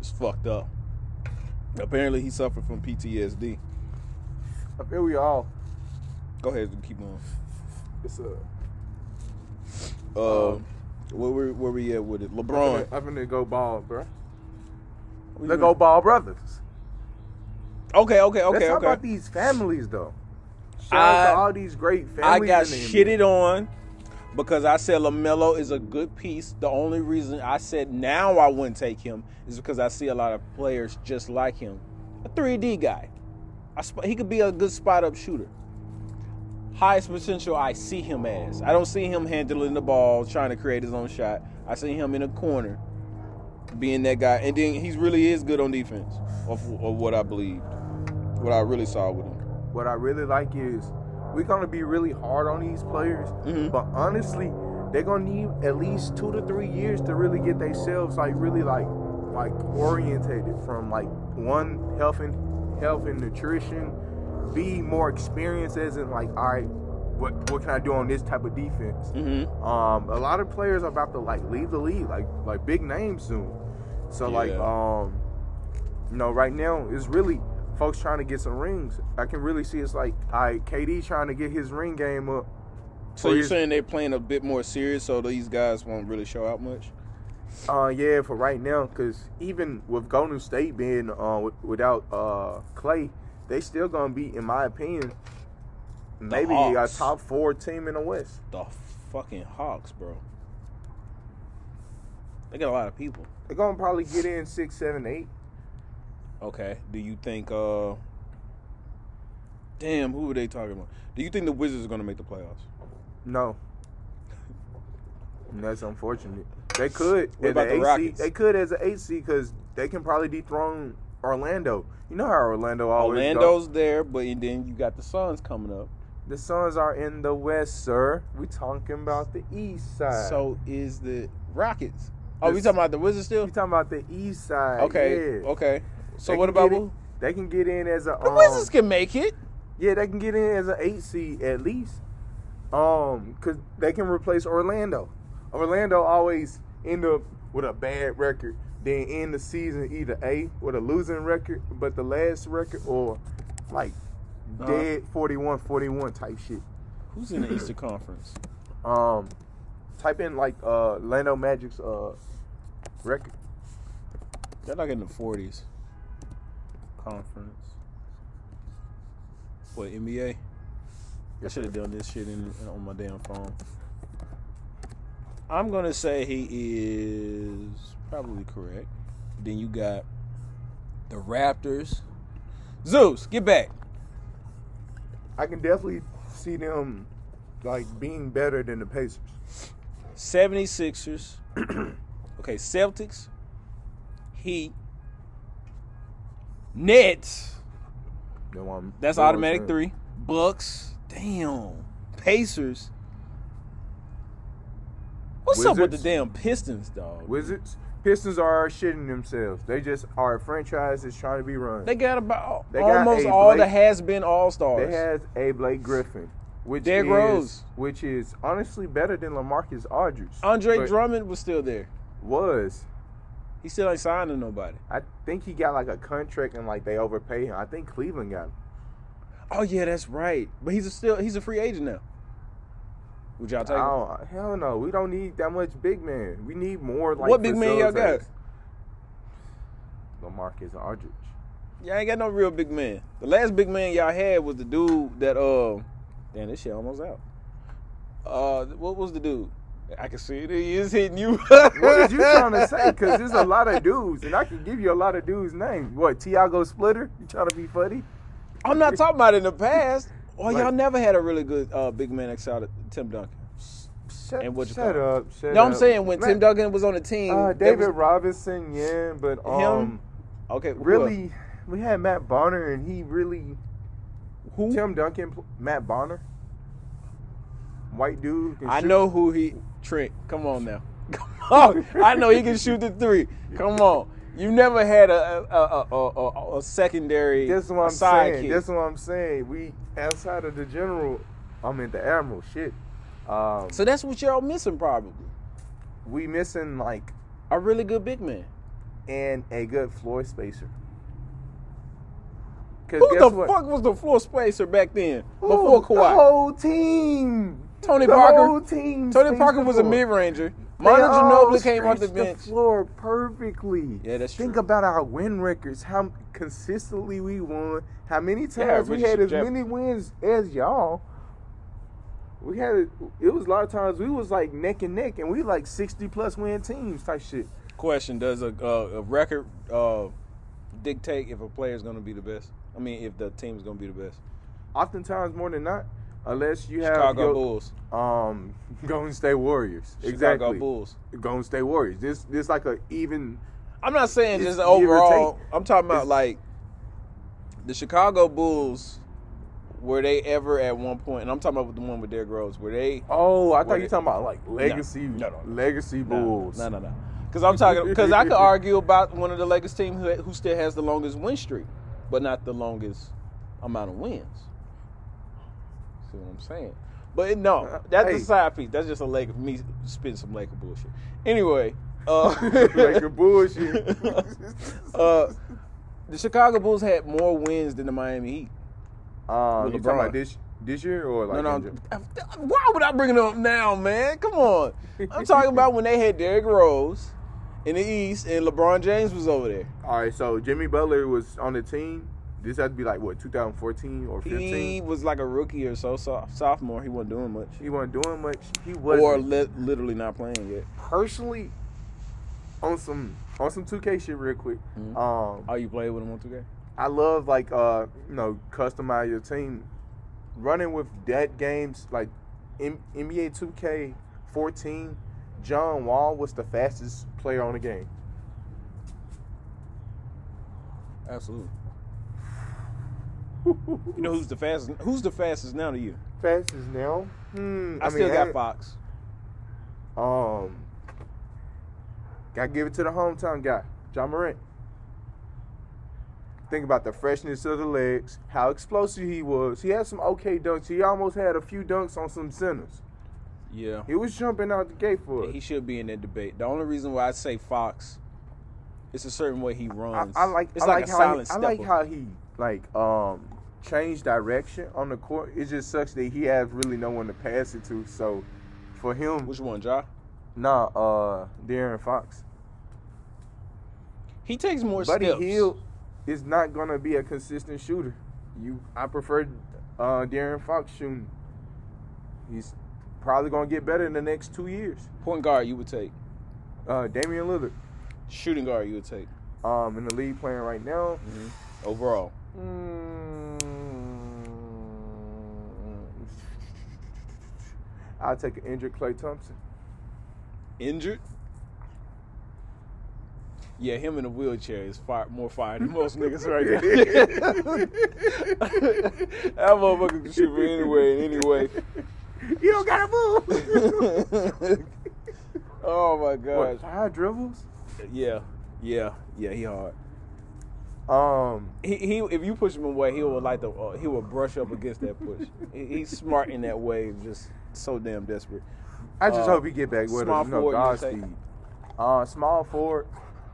B: It's fucked up. Apparently, he suffered from PTSD.
A: I feel we all.
B: Go ahead and keep on.
A: It's a.
B: Uh,
A: Um,
B: where we where we at with it? LeBron.
A: I'm gonna go bald, bro. Let's go ball brothers.
B: Okay, okay,
A: Let's
B: okay,
A: talk about
B: okay.
A: these families though. Shout out
B: I-
A: to all these great
B: I
A: families.
B: got
A: in the
B: shitted on because I said Lamelo is a good piece. The only reason I said now I wouldn't take him is because I see a lot of players just like him, a 3D guy. I sp- he could be a good spot up shooter. Highest potential I see him as. I don't see him handling the ball, trying to create his own shot. I see him in a corner, being that guy. And then he really is good on defense, of, of what I believed, what I really saw with him.
A: What I really like is we're gonna be really hard on these players,
B: Mm-hmm.
A: but honestly, they're gonna need at least two to three years to really get themselves like really like like orientated from like one health and health and nutrition, be more experienced as in like all right, what what can I do on this type of defense?
B: Mm-hmm.
A: Um, a lot of players are about to like leave the league, like like big names soon. So like
B: Yeah.
A: um, you know, right now it's really folks trying to get some rings. I can really see it's like I KD trying to get his ring game up. for
B: So you're
A: his-
B: saying they're playing a bit more serious, so these guys won't really show out much.
A: Uh, yeah, for right now, because even with Golden State being uh wi- without uh Clay, they still gonna be, in my opinion, maybe a
B: Hawks.
A: top four team in the West.
B: The fucking Hawks, bro. They got a lot of people.
A: They're gonna probably get in six, seven, eight.
B: Okay. Do you think? uh Damn, who are they talking about? Do you think the Wizards are gonna make the playoffs?
A: No. And That's unfortunate. They could
B: What
A: as
B: about
A: a
B: the
A: eight
B: Rockets?
A: seed- They could as an eight seed because they can probably dethrone Orlando. You know how Orlando always go.
B: Orlando's there, but then you got the Suns coming up.
A: The Suns are in the West, sir. We talking about the East side.
B: So is the Rockets. Oh, we
A: This-
B: talking about the Wizards still?
A: we talking about the East side.
B: Okay.
A: yeah.
B: Okay. So
A: They
B: what
A: can
B: about
A: get
B: who?
A: in- They can get in as a
B: The
A: um,
B: Wizards can make it.
A: Yeah, they can get in as an eight seed at least. Um, cause they can replace Orlando. Orlando always end up with a bad record, then end the season either A with a losing record, but the last record or like
B: Uh-huh.
A: dead 41-41 type shit.
B: Who's in the Eastern Conference?
A: Um, type in like uh Orlando Magic's uh record.
B: They're like in the forties. Conference. What NBA? I should have done this shit in, on my damn phone. I'm gonna say he is probably correct. Then you got the Raptors. Zeus, get back.
A: I can definitely see them like being better than the Pacers.
B: 76ers. okay, Celtics. Heat. Nets.
A: Than what I'm-
B: That's
A: than what I'm
B: automatic
A: saying.
B: three. Bucks. Damn. Pacers. What's up with the
A: Wizards.
B: damn Pistons, dog?
A: Wizards, Pistons are shitting themselves. They just are a franchise that's trying to be run.
B: They got about
A: They got
B: almost
A: a
B: all the
A: Blake-
B: has been all
A: They
B: stars.
A: has a Blake Griffin, which
B: Derrick
A: is
B: Rose.
A: which is honestly better than LaMarcus Aldridge.
B: Andre
A: But
B: Drummond was still there.
A: was.
B: He still ain't signing nobody.
A: I think he got like a contract and like they overpay him. I think Cleveland got him.
B: Oh yeah, that's right. But he's a still he's a free agent now. Would y'all take him?
A: Oh hell no, we don't need that much big man. We need more like
B: What big man y'all got?
A: facilitators. LaMarcus Aldridge.
B: Y'all ain't got no real big man. The last big man y'all had was the dude that uh damn this shit almost out. Uh what was the dude? I can see it. He is hitting you.
A: What is you trying to say? Because there's a lot of dudes, and I can give you a lot of dudes' names. What Tiago Splitter? You trying to be funny?
B: I'm not talking about in the past. Well,
A: Like-
B: y'all never had a really good uh, big man outside of Tim Duncan.
A: Shut,
B: And what you
A: shut
B: call it?
A: up. Shut
B: No,
A: up.
B: I'm saying when
A: Man,
B: Tim Duncan was on the team,
A: Uh,
B: there
A: David
B: was-
A: Robinson, yeah, but um,
B: okay, who else?
A: really, we had Matt Bonner, and he really
B: who?
A: Tim Duncan, pl- Matt Bonner, white dude. can
B: I
A: shoot.
B: know who he. Trent, come on now. Come on. I know he can shoot the three. Come on. You never had a a, a, a, a, a secondary
A: This is what I'm
B: sidekick.
A: saying. This is what I'm saying. We outside of the general, I mean the admiral. Shit, um,
B: so that's what y'all missing probably.
A: we missing like
B: A really good big man.
A: and a good floor spacer. Cause
B: Who
A: guess
B: the
A: what?
B: fuck was the floor spacer back then?
A: Who?
B: Before
A: the
B: Kawhi.
A: whole team.
B: Tony
A: the
B: Parker.
A: Whole team
B: Tony
A: spaced
B: Parker
A: the
B: was a
A: floor.
B: mid ranger.
A: They
B: Monta
A: all
B: Ginobili came off the
A: stretched
B: bench.
A: The floor perfectly.
B: Yeah, that's
A: Think
B: true.
A: about our win records. How consistently we won. How many times we
B: Richardson
A: had as
B: Jefferson.
A: many wins as y'all. We had it was a lot of times we was like neck and neck, and we like sixty plus win teams type shit.
B: Question: Does a, uh, a record uh, dictate if a player is going to be the best? I mean, if the team is going to be the best?
A: Oftentimes more than not, unless you have
B: Chicago
A: your-
B: Bulls.
A: um Golden State Warriors.
B: Chicago
A: exactly,
B: Bulls.
A: Golden State Warriors. This this like a even
B: I'm not saying
A: It's
B: just
A: give or
B: overall.
A: take.
B: I'm talking about
A: It's-
B: like the Chicago Bulls. Were they ever at one point? And I'm talking about with the one with Derrick Rose. Were they?
A: Oh, I
B: What
A: thought you
B: it-
A: talking about like legacy,
B: no, no, no.
A: legacy Bulls.
B: No, no, no. Because I'm talking. Because I could argue about one of the Lakers team who, who still has the longest win streak, but not the longest amount of wins. See what I'm saying? But no, that's
A: Uh, Hey.
B: a side piece. That's just a Laker me spitting some Laker bullshit. Anyway, uh,
A: Laker bullshit.
B: uh, the Chicago Bulls had more wins than the Miami Heat.
A: Um,
B: With
A: you talking about
B: LeBron.
A: this this year or like?
B: no,
A: in
B: no.
A: gen-
B: Why would I bring it up now, man? Come on. I'm talking about when they had Derrick Rose in the East and LeBron James was over there.
A: All right, so Jimmy Butler was on the team. This had to be like what 2014 or 15.
B: He
A: He,
B: was like a rookie or so, so sophomore. He wasn't doing much,
A: wasn't doing much. He was
B: or
A: or
B: li- literally not playing yet.
A: personally on some on some 2K shit real quick.
B: Mhm.
A: Um,
B: Oh, you played with him on 2K?
A: I love like uh you know customize your team, running with dead games like M- NBA 2K14. John Wall was the fastest player on the game.
B: Absolutely. You know who's the fastest? Who's the fastest now to you?
A: Fastest now? Hmm.
B: I, still got Fox.
A: five. Um. Gotta give it to the hometown guy, John Morant. Think about the freshness of the legs, how explosive he was. He had some okay dunks. He almost had a few dunks on some centers.
B: Yeah,
A: He was jumping out the gate for
B: he
A: it.
B: should be in that debate. The only reason why I say Fox, it's a certain way he
A: I,
B: runs.
A: I like.
B: It's
A: I
B: like,
A: like,
B: a
A: how.
B: silent
A: I
B: step.
A: like how he like um changed direction on the court. It just sucks that he has really no one to pass it to. So, for him,
B: Which one, Ja?
A: nah, uh, De'Aaron Fox.
B: He takes more
A: Buddy
B: steps.
A: Hill is not gonna be a consistent shooter. You, I prefer uh, Darren Fox shooting. He's probably gonna get better in the next two years.
B: Point guard, you would take.
A: Uh, Damian Lillard,
B: Shooting guard, you would take.
A: um, in the league playing right now.
B: Overall,
A: Mm, I'll take an injured Clay Thompson.
B: injured. Yeah, him in a wheelchair is fire, more fire than most niggas right now. that motherfucker can shoot me anyway and anyway.
A: You don't gotta move.
B: oh my
A: what,
B: gosh.
A: five dribbles?
B: Yeah, yeah, yeah. He hard.
A: Um,
B: He, he if you push him away, he will like the uh, he will brush up against that push. he, he's smart in that way, just so damn desperate.
A: I just
B: Uh,
A: hope he get back with
B: small
A: us. You know,
B: forward, you say?
A: Godspeed. Uh, small forward.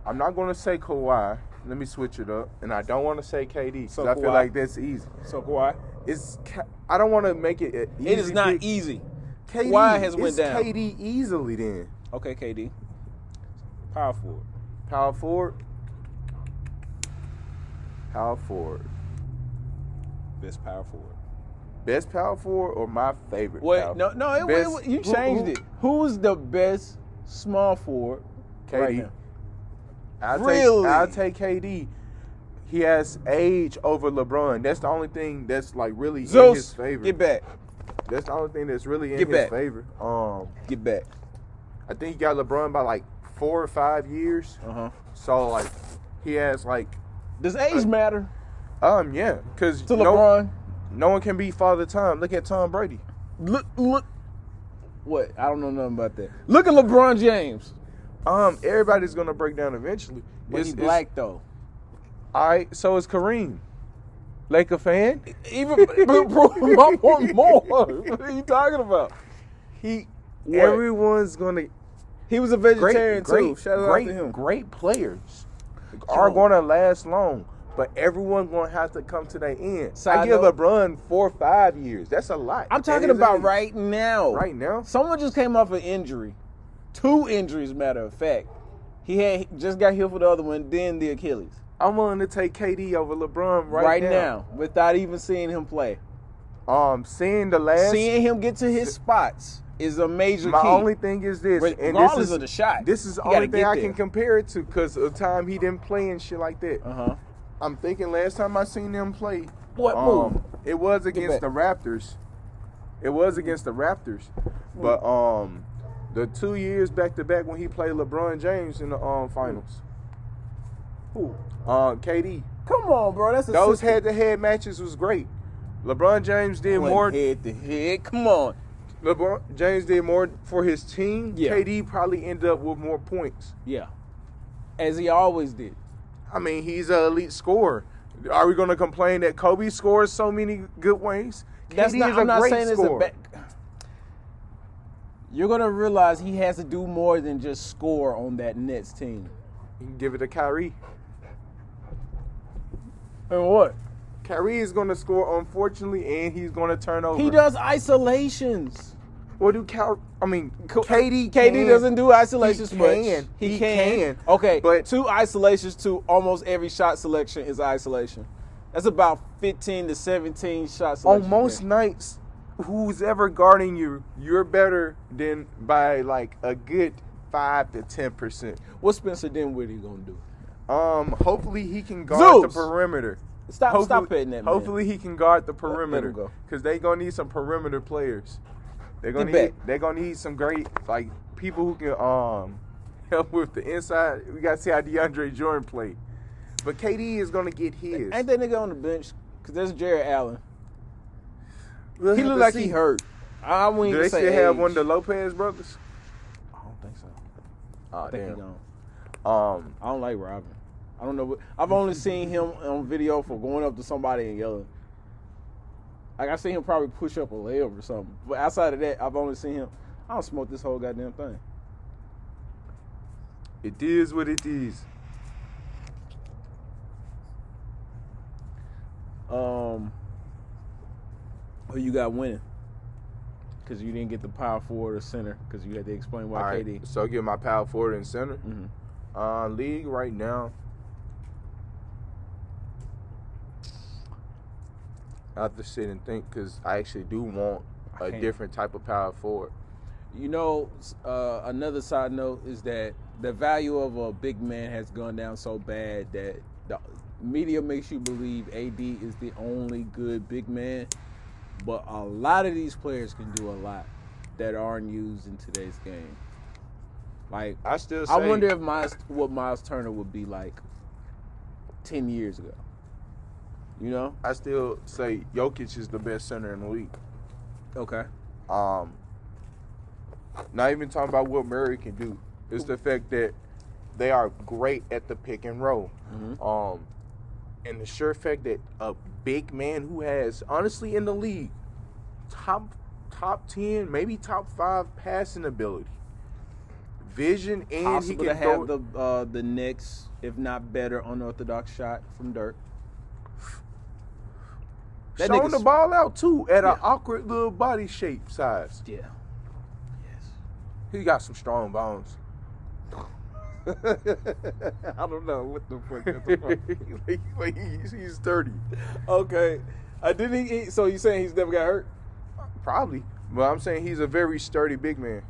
A: I'm not going to say Kawhi. Let me switch it up, and I don't want to say KD because
B: So
A: I feel
B: Kawhi.
A: like that's easy.
B: So Kawhi,
A: It's ca- I don't want to make it. a Easy
B: it is not
A: pick.
B: easy.
A: KD,
B: Kawhi has went
A: it's
B: down.
A: KD easily then.
B: Okay, KD, power forward.
A: Power forward. Power forward.
B: Best power forward.
A: Best power forward or my favorite? power
B: Wait, no,
A: forward?
B: no, it,
A: Best-
B: it- you
A: who-
B: changed
A: who-
B: it. Who's the best small forward?
A: KD.
B: Right now?
A: I'll
B: Really?
A: Take, I'll take KD. He has age over LeBron. That's the only thing that's like really in his
B: Zeus,
A: favor.
B: get back,
A: That's the only thing that's really in
B: Get
A: his
B: back.
A: favor. Um,
B: get back.
A: I think he got LeBron by like four or five years.
B: Uh huh.
A: So like, he has like,
B: Does
A: Uh,
B: age matter
A: um, yeah, because
B: to
A: no,
B: LeBron?
A: no one can be father time. Look at Tom Brady.
B: Look, look. What? I don't know nothing about that. Look at LeBron James.
A: Um, everybody's gonna break down eventually.
B: But he black though.
A: all right, so is Kareem. Laker fan.
B: Even bro, bro, I want more. What are you talking about?
A: He.
B: What?
A: Everyone's gonna
B: He was a vegetarian
A: great, great,
B: too. Shout out
A: great,
B: to him.
A: great players are going to last long, but everyone going to have to come to their end. I
B: Side
A: give
B: note-
A: LeBron four or five years. That's a lot.
B: I'm
A: That
B: talking
A: is
B: about
A: it.
B: right now.
A: Right now?
B: Someone just came off an injury. Two injuries, matter of fact. He had he just got healed for the other one, then the Achilles.
A: I'm willing to take KD over LeBron right,
B: Right, now. without even seeing him play,
A: Um, seeing the last.
B: seeing him get to his spots is a major
A: my
B: key.
A: only thing is this,
B: Re-
A: and this
B: regardless
A: is
B: of the shot,
A: This is the
B: you gotta
A: only thing
B: get
A: I
B: there.
A: can compare it to because of time he didn't play and shit like that.
B: uh huh.
A: I'm thinking last time I seen them play.
B: What
A: um,
B: move?
A: It was against
B: back. Hmm.
A: the Raptors. It was against the Raptors. But um the two years back to back when he played LeBron James in the um
B: Hmm.
A: finals.
B: Who?
A: Uh KD.
B: Come on, bro. That's a
A: Those
B: system.
A: head to head matches was great. LeBron James did
B: One
A: more
B: head to head. Come on.
A: LeBron James did more for his team.
B: Yeah.
A: KD probably ended up with more points.
B: Yeah, as he always did.
A: I mean, he's an elite scorer. Are we going to complain that Kobe scores so many good ways?
B: That's
A: KD
B: not.
A: is a
B: I'm not
A: great
B: saying
A: scorer.
B: it's a bad. You're gonna realize he has to do more than just score on that Nets team.
A: You can give it to Kyrie.
B: And what?
A: Kyrie is going to score, unfortunately, and he's going to turn over.
B: He does isolations.
A: What do Cal? I mean,
B: Co-
A: KD.
B: KD
A: can-
B: doesn't do isolations
A: He
B: much.
A: can.
B: He,
A: He
B: can.
A: can.
B: Okay,
A: But-
B: but two isolations to almost every shot selection is isolation. That's about 15 to 17 shots.
A: On most nights, who's ever guarding you, you're better than by like a good five to ten percent.
B: What's Spencer Dinwiddie gonna do?
A: Um, hopefully he can guard
B: Zeus!
A: the perimeter.
B: Stop,
A: Hopefully-
B: stop hitting that man.
A: Hopefully he can guard the
B: him
A: perimeter
B: go.
A: because they gonna need some perimeter players. They're gonna
B: Get
A: need
B: back.
A: they gonna need some great like people who can um help with the inside. We gotta see how DeAndre Jordan play, but KD is gonna get his.
B: ain't that nigga on the bench? Cause there's Jared Allen.
A: We'll
B: He
A: have
B: look
A: to
B: like
A: see.
B: he hurt. I wouldn't
A: Do
B: even
A: they
B: say
A: still have
B: age.
A: one of the Lopez brothers?
B: I don't think so.
A: Oh,
B: I think he gone.
A: Um,
B: I don't like Robin. I don't know. What, I've only seen him on video for going up to somebody and yelling. Like I seen him probably push up a layup or something. But outside of that, I've only seen him. I don't smoke this whole goddamn thing.
A: it is what it is.
B: Um, who you got winning? Because you didn't get the power forward or center. Because you had to explain why
A: All right,
B: KD.
A: so get my power forward and center.
B: Mhm.
A: Uh, league right now. I have to sit and think because I actually do want
B: I
A: a
B: can't-
A: different type of power forward.
B: You know, s- uh, another side note is that the value of a big man has gone down so bad that the media makes you believe AD is the only good big man, but a lot of these players can do a lot that aren't used in today's game. Like
A: I still. Say,
B: I wonder if Miles, what Miles Turner would be like ten years ago. You know?
A: I still say Jokic is the best center in the league.
B: Okay.
A: Um, not even talking about what Murray can do. It's the fact that they are great at the pick and roll.
B: Mm-hmm.
A: Um, and the sure fact that a big man who has honestly in the league top top ten, maybe top five passing ability, vision, and he
B: Possible
A: can
B: to
A: throw
B: have the uh, the next, if not better, unorthodox shot from Dirk. That
A: showing
B: nigga's-
A: the ball out too at
B: Yeah.
A: an awkward little body shape size.
B: Yeah. Yes.
A: He got some strong bones.
B: I don't know what the fuck.
A: like, like he's, he's thirty.
B: okay. Uh, did he, he? So you saying he's never got hurt?
A: Probably. But I'm saying he's a very sturdy big man.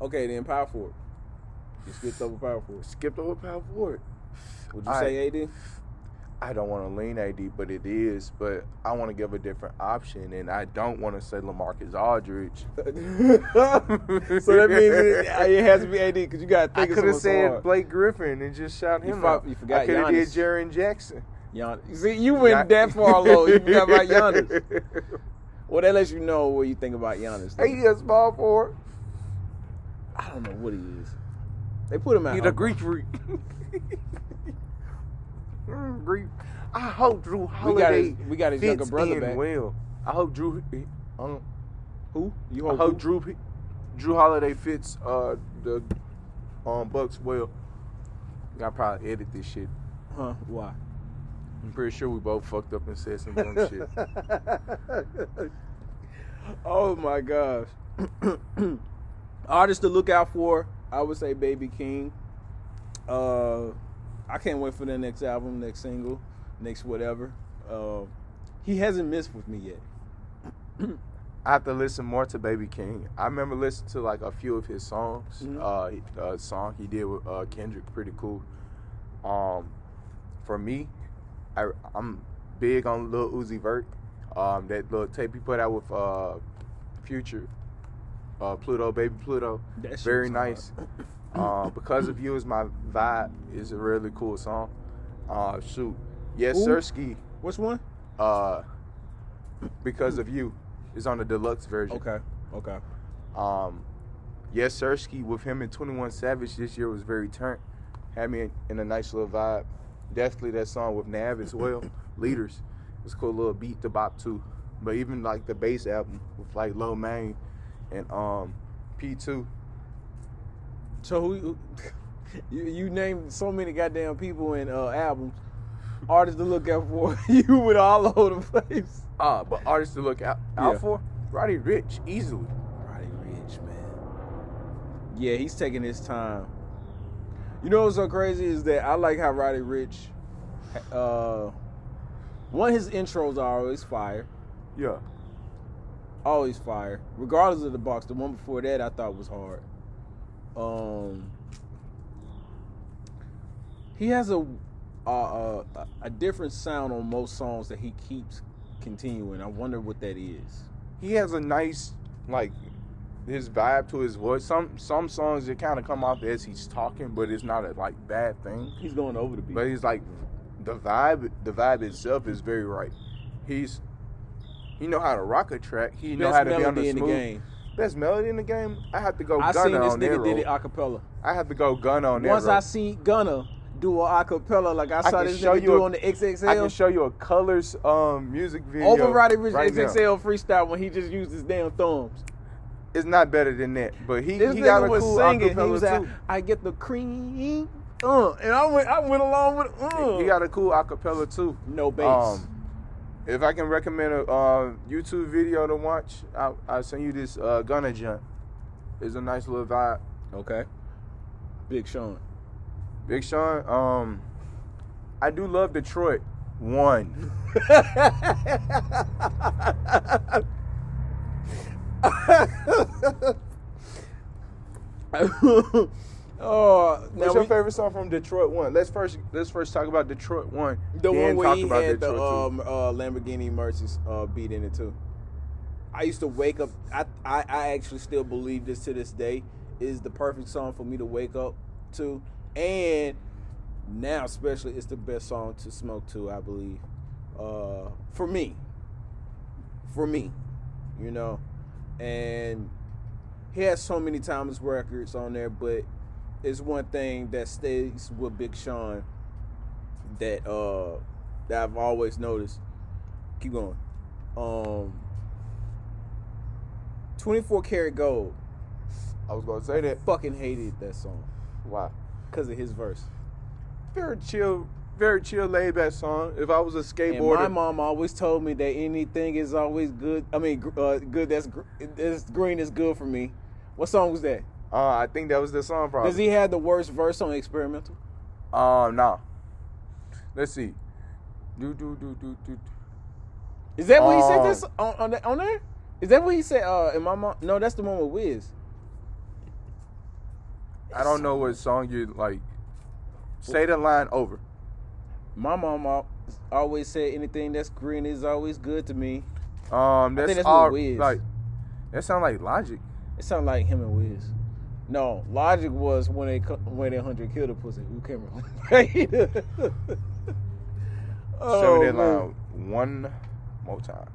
B: Okay, then power forward. You skipped over power forward.
A: Skipped over power forward.
B: Would you
A: I-
B: say AD?
A: I don't want to lean AD, but it is. But I want to give a different option, and I don't want to say Lamarcus Aldridge.
B: so that means it, uh, it has to be AD because you got to
A: I
B: think of
A: could have
B: someone so
A: said
B: hard.
A: Blake Griffin and just shout
B: You
A: him
B: fo-
A: out.
B: you forgot
A: I could have did
B: Giannis.
A: Jaron Jackson.
B: Giannis. See, you went
A: Gian-
B: that far low. You forgot about Giannis. Well, that lets you know what you think about Giannis. though.
A: Hey, he a small forward.
B: I don't know what he is. They put him out.
A: He the Greek freak. Mm, Greek. I hope Drew
B: We got
A: Holiday
B: his- we got his
A: fits
B: younger brother
A: in
B: back.
A: well. I hope Drew. um,
B: Who? You
A: I
B: hold
A: hope
B: who?
A: Drew Drew Holiday fits uh the um Bucks well. I probably edit this shit.
B: Huh? Why?
A: I'm pretty sure we both fucked up and said some dumb shit.
B: oh my gosh. Artists to look out for, I would say Baby King. Uh I can't wait for their next album, next single, next whatever. Uh, he hasn't missed with me yet.
A: I have to listen more to Baby King. I remember listening to like a few of his songs. Uh, a song he did with uh, Kendrick, pretty cool. Um, for me, I, I'm big on Lil Uzi Vert. Um, that little tape he put out with uh, Future, uh, Pluto, Baby Pluto,
B: That shit
A: very
B: was
A: nice. Uh, because of you is my vibe is a really cool song. Uh, shoot, yes,
B: Ooh.
A: Sirski.
B: Which one?
A: Uh, because of you is on the deluxe version.
B: Okay. Okay.
A: Um, yes, Sirski with him and 21 Savage this year was very turnt. Had me in, in a nice little vibe. Definitely that song with Nav as well, Leaders. It's cool little beat to bop too. But even like the bass album with like Low Main and um P2.
B: So who who- you, you named so many goddamn people in uh, albums. Artists to look out for. you with all over the place.
A: Ah, but artists to look out,
B: Yeah.
A: out for, Roddy Rich, easily.
B: Roddy Rich, man. Yeah, he's taking his time. You know what's so crazy is that I like how Roddy Rich, uh, one his intros are always fire,
A: Yeah.
B: always fire, regardless of the box. The one before that I thought was hard. Um, he has a a, a a different sound on most songs that he keeps continuing. I wonder what that is.
A: he has a nice like his vibe to his voice. Some some songs it kind of come off as he's talking, but it's not a like bad thing.
B: He's going over the beat.
A: But he's like the vibe. The vibe itself is very right. He's he know how to rock a track. He know
B: Best
A: how to be on
B: melody
A: the
B: in the
A: smooth.
B: game.
A: Best melody in the game. I have to go
B: I seen
A: Gunna
B: this
A: on that.
B: nigga did it
A: road.
B: a cappella.
A: I have to go Gunna on that.
B: Once I
A: road.
B: see Gunna do a acapella like I saw
A: can
B: this
A: show
B: nigga
A: you
B: do
A: a-
B: on the
A: I can
B: XXL.
A: show you a colors um music video.
B: Over Roddy Rich
A: right now.
B: XXL freestyle when he just used his damn thumbs.
A: It's not better than that, but he
B: This
A: he got
B: nigga
A: a
B: was
A: cool
B: singing. He
A: acapella
B: was like,
A: too.
B: I get the cream. Uh, and I went I went along with uh.
A: He got Um, a cool acapella too.
B: No bass.
A: if I can recommend a uh, YouTube video to watch, I, I'll send you this uh, Gunna Jump. It's a nice little vibe.
B: okay. Big Sean.
A: Big Sean, um, I do love Detroit. Oh, One.
B: oh, now
A: What's your
B: we-
A: favorite song from Detroit One? Let's first let's first talk about Detroit One.
B: the
A: then
B: one where
A: talk
B: he
A: about
B: had the
A: Detroit
B: um, uh, Lamborghini Mercedes uh, beat in it too. I used to wake up. I, I I actually still believe this to this day is the perfect song for me to wake up to, and now especially it's the best song to smoke to. I believe, uh, for me. For me, you know, and he has so many timeless records on there, but it's one thing that stays with Big Sean that uh that I've always noticed. Keep going. Um 24 karat gold.
A: I was gonna say that.
B: Fucking hated that song
A: Why?
B: because of his verse.
A: Very chill, very chill, laid back song. If I was a
B: And
A: skateboarder,
B: my mom always told me that anything is always good. I mean, gr- uh, good that's gr- that's green is good for me. What song was that?
A: uh, I think that was the song. Probably.
B: Does he have the worst verse on experimental?
A: Um, nah. Let's see. Do do do do do. do.
B: Is that what he said
A: Um,
B: this on on, the, on there? Is that what he said? Uh, and my mom? No, that's the one with Wiz.
A: I don't know what song you like. Say the line over.
B: My mom al- always said anything that's green is always good to me.
A: Um,
B: I
A: that's,
B: think that's
A: all.
B: what it is.
A: Like that sound like Logic.
B: It sounded like him and Wiz. No, Logic was when they cu- when they hundred killed a pussy. Who can't remember? oh,
A: Say that
B: man.
A: line one more time.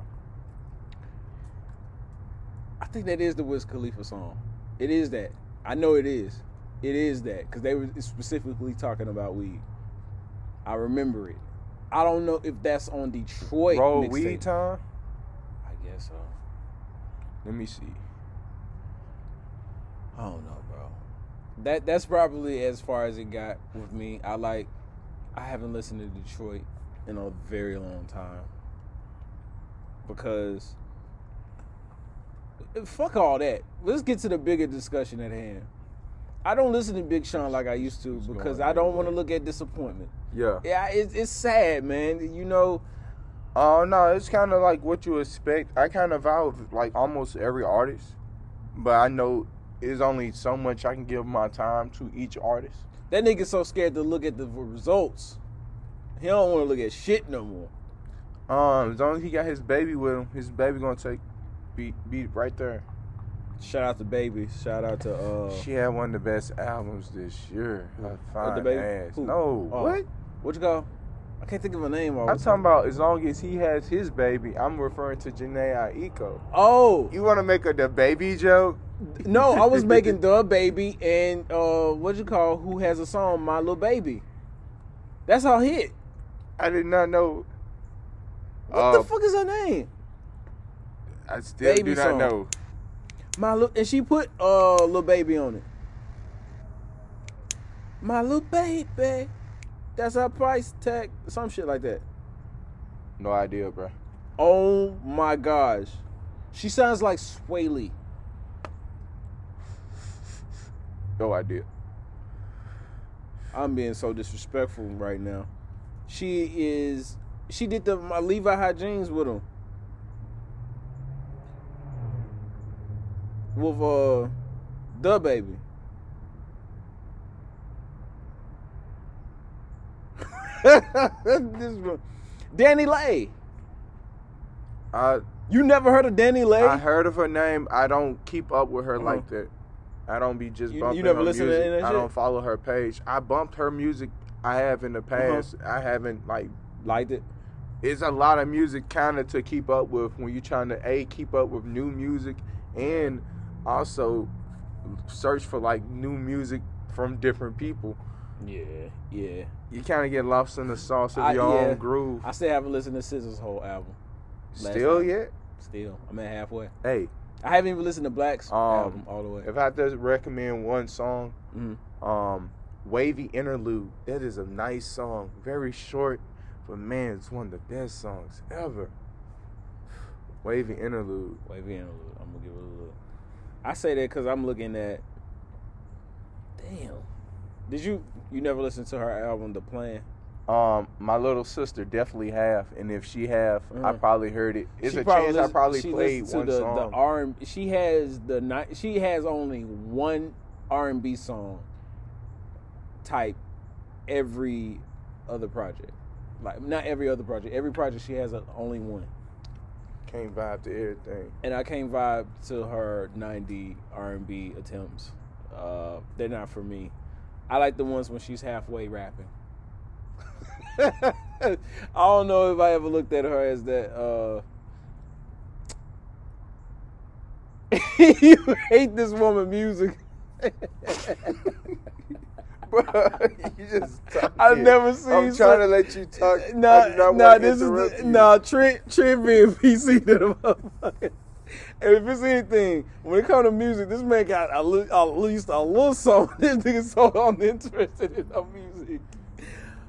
B: I think that is the Wiz Khalifa song. It is that. I know it is. It is that because they were specifically talking about weed. I remember it. I don't know if that's on Detroit.
A: Roll
B: mixtape.
A: weed time.
B: I guess so.
A: Let me see.
B: I don't know, bro. That that's probably as far as it got with me. I like I haven't listened to Detroit in a very long time. Because eh, fuck all that. Let's get to the bigger discussion at hand. I don't listen to Big Sean like I used to because I don't want to look at disappointment.
A: Yeah.
B: Yeah, it's, it's sad, man. You know,
A: Oh no, it's kind of like what you expect. I kind of vibe with, like almost every artist, but I know it's only so much I can give my time to each artist.
B: that nigga's so scared to look at the results. He don't want to look at shit no more.
A: Um, as long as he got his baby with him, his baby gonna take beat beat right there.
B: Shout out to Baby. Shout out to uh
A: She had one of the best albums this year. Her fine
B: the baby?
A: ass.
B: Who?
A: No,
B: Oh.
A: what?
B: what you call? I can't think of a name. all
A: I'm
B: the
A: talking
B: time.
A: about as long as he has his baby. I'm referring to Janae Aiko.
B: Oh
A: You want to make a the baby joke?
B: no, I was making the baby and uh what you call who has a song My Little Baby. That's our hit.
A: I did not know. Oh,
B: What the fuck is her name?
A: I still
B: Baby
A: do not
B: song.
A: know.
B: My little and she put uh little baby on it. My little baby, that's our price tag. Some shit like that.
A: No idea, bro.
B: Oh my gosh, she sounds like Swae Lee.
A: No idea.
B: I'm being so disrespectful right now. She is. She did the my Levi high jeans with him. With uh, the baby. this one. Danny Lay.
A: I
B: You never heard of Danny Lay?
A: I heard of her name. I don't keep up with her
B: Mhm.
A: like that. I don't be just
B: You- you
A: bumping
B: never
A: her
B: listen to
A: music.
B: any of that
A: I
B: shit? Uh-huh.
A: don't follow her page. I bumped her music. I have in the past. I haven't like.
B: Liked it.
A: It's a lot of music kind of to keep up with when you're trying to a keep up with new music and also search for like new music from different people.
B: Yeah. Yeah.
A: You kind of get lost in the sauce of
B: I-
A: your
B: yeah.
A: own groove.
B: I still haven't listened to Scissor's whole album. last
A: Still
B: night.
A: yet?
B: Still, I'm at halfway.
A: Hey,
B: I haven't even listened to Black's
A: Um,
B: album all the way.
A: if I had to recommend one song,
B: Mhm.
A: um wavy interlude that is a nice song very short but man it's one of the best songs ever wavy interlude
B: Wavy in a little. I'm gonna give it a little. I say that because I'm looking at. Damn. Did you you never listen to her album The Plan?
A: Um, my little sister definitely have, and if she have, I
B: Mm.
A: probably heard it. It's
B: She
A: a chance I
B: listen-
A: probably
B: she
A: played
B: listens to
A: one
B: the,
A: song.
B: The R she has the ni- she has only one R and B song type every other project. Like not every other project. Every project she has a, only one.
A: Can't vibe to everything.
B: And I can't vibe to her ninety R and B attempts. Uh, they're not for me. I like the ones when she's halfway rapping. I don't know if I ever looked at her as that. Uh... you hate this woman music.
A: Bruh, you just. talking.
B: I've never seen.
A: I'm trying
B: some-
A: to let you talk. I do
B: Uh, Nah,
A: not
B: nah,
A: wanna
B: this is
A: interrupt
B: the,
A: you.
B: nah, Trent, Trent being PC to the motherfucker. And if it's anything, when it comes to music, this man got at le- at least a little song. This nigga so uninterested in no music.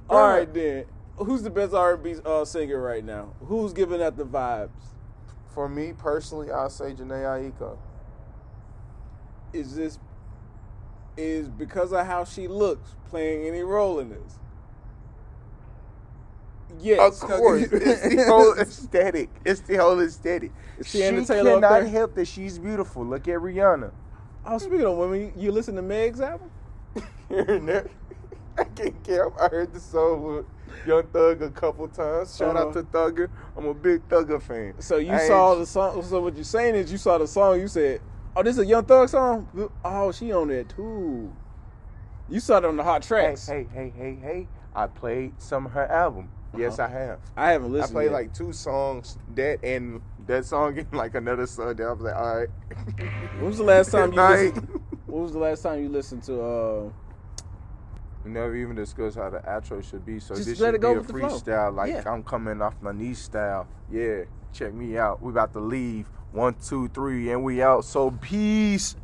B: All right then, who's the best R&B uh, singer right now? Who's giving out the vibes?
A: For me personally, I say Janae Aiko.
B: Is this is because of how she looks playing any role in this?
A: Of
B: Yes,
A: course, it's the whole aesthetic. It's the whole aesthetic.
B: Is
A: She
B: Tiana Taylor up
A: cannot
B: there?
A: help that she's beautiful. Look at Rihanna.
B: Oh, speaking of women, you listen to Meg's album?
A: Here and there. I can't care. I heard the song with Young Thug a couple times. Shout out
B: Uh-huh.
A: to Thugger. I'm a big Thugger fan.
B: So you
A: I
B: saw
A: ain't-
B: the song. So what you're saying is you saw the song. You said, "Oh, this is a Young Thug song." Oh, she on that too. You saw it on the hot
A: Hey,
B: tracks.
A: hey, hey, hey, hey. I played some of her album. Yes,
B: Uh-huh.
A: I have.
B: I haven't
A: I
B: listened.
A: played
B: yet.
A: like two songs, that and that song and like another song. That I was like, all right.
B: When was the last time you?
A: Night.
B: Listened, when was the last time you listened to? Uh,
A: We never even discussed how the outro should be, so
B: Just
A: this
B: let
A: should
B: it go
A: be a
B: with the flow.
A: freestyle. Like
B: Yeah.
A: I'm coming off my knee style. Yeah, check me out. We about to leave. One, two, three, and we out. So peace.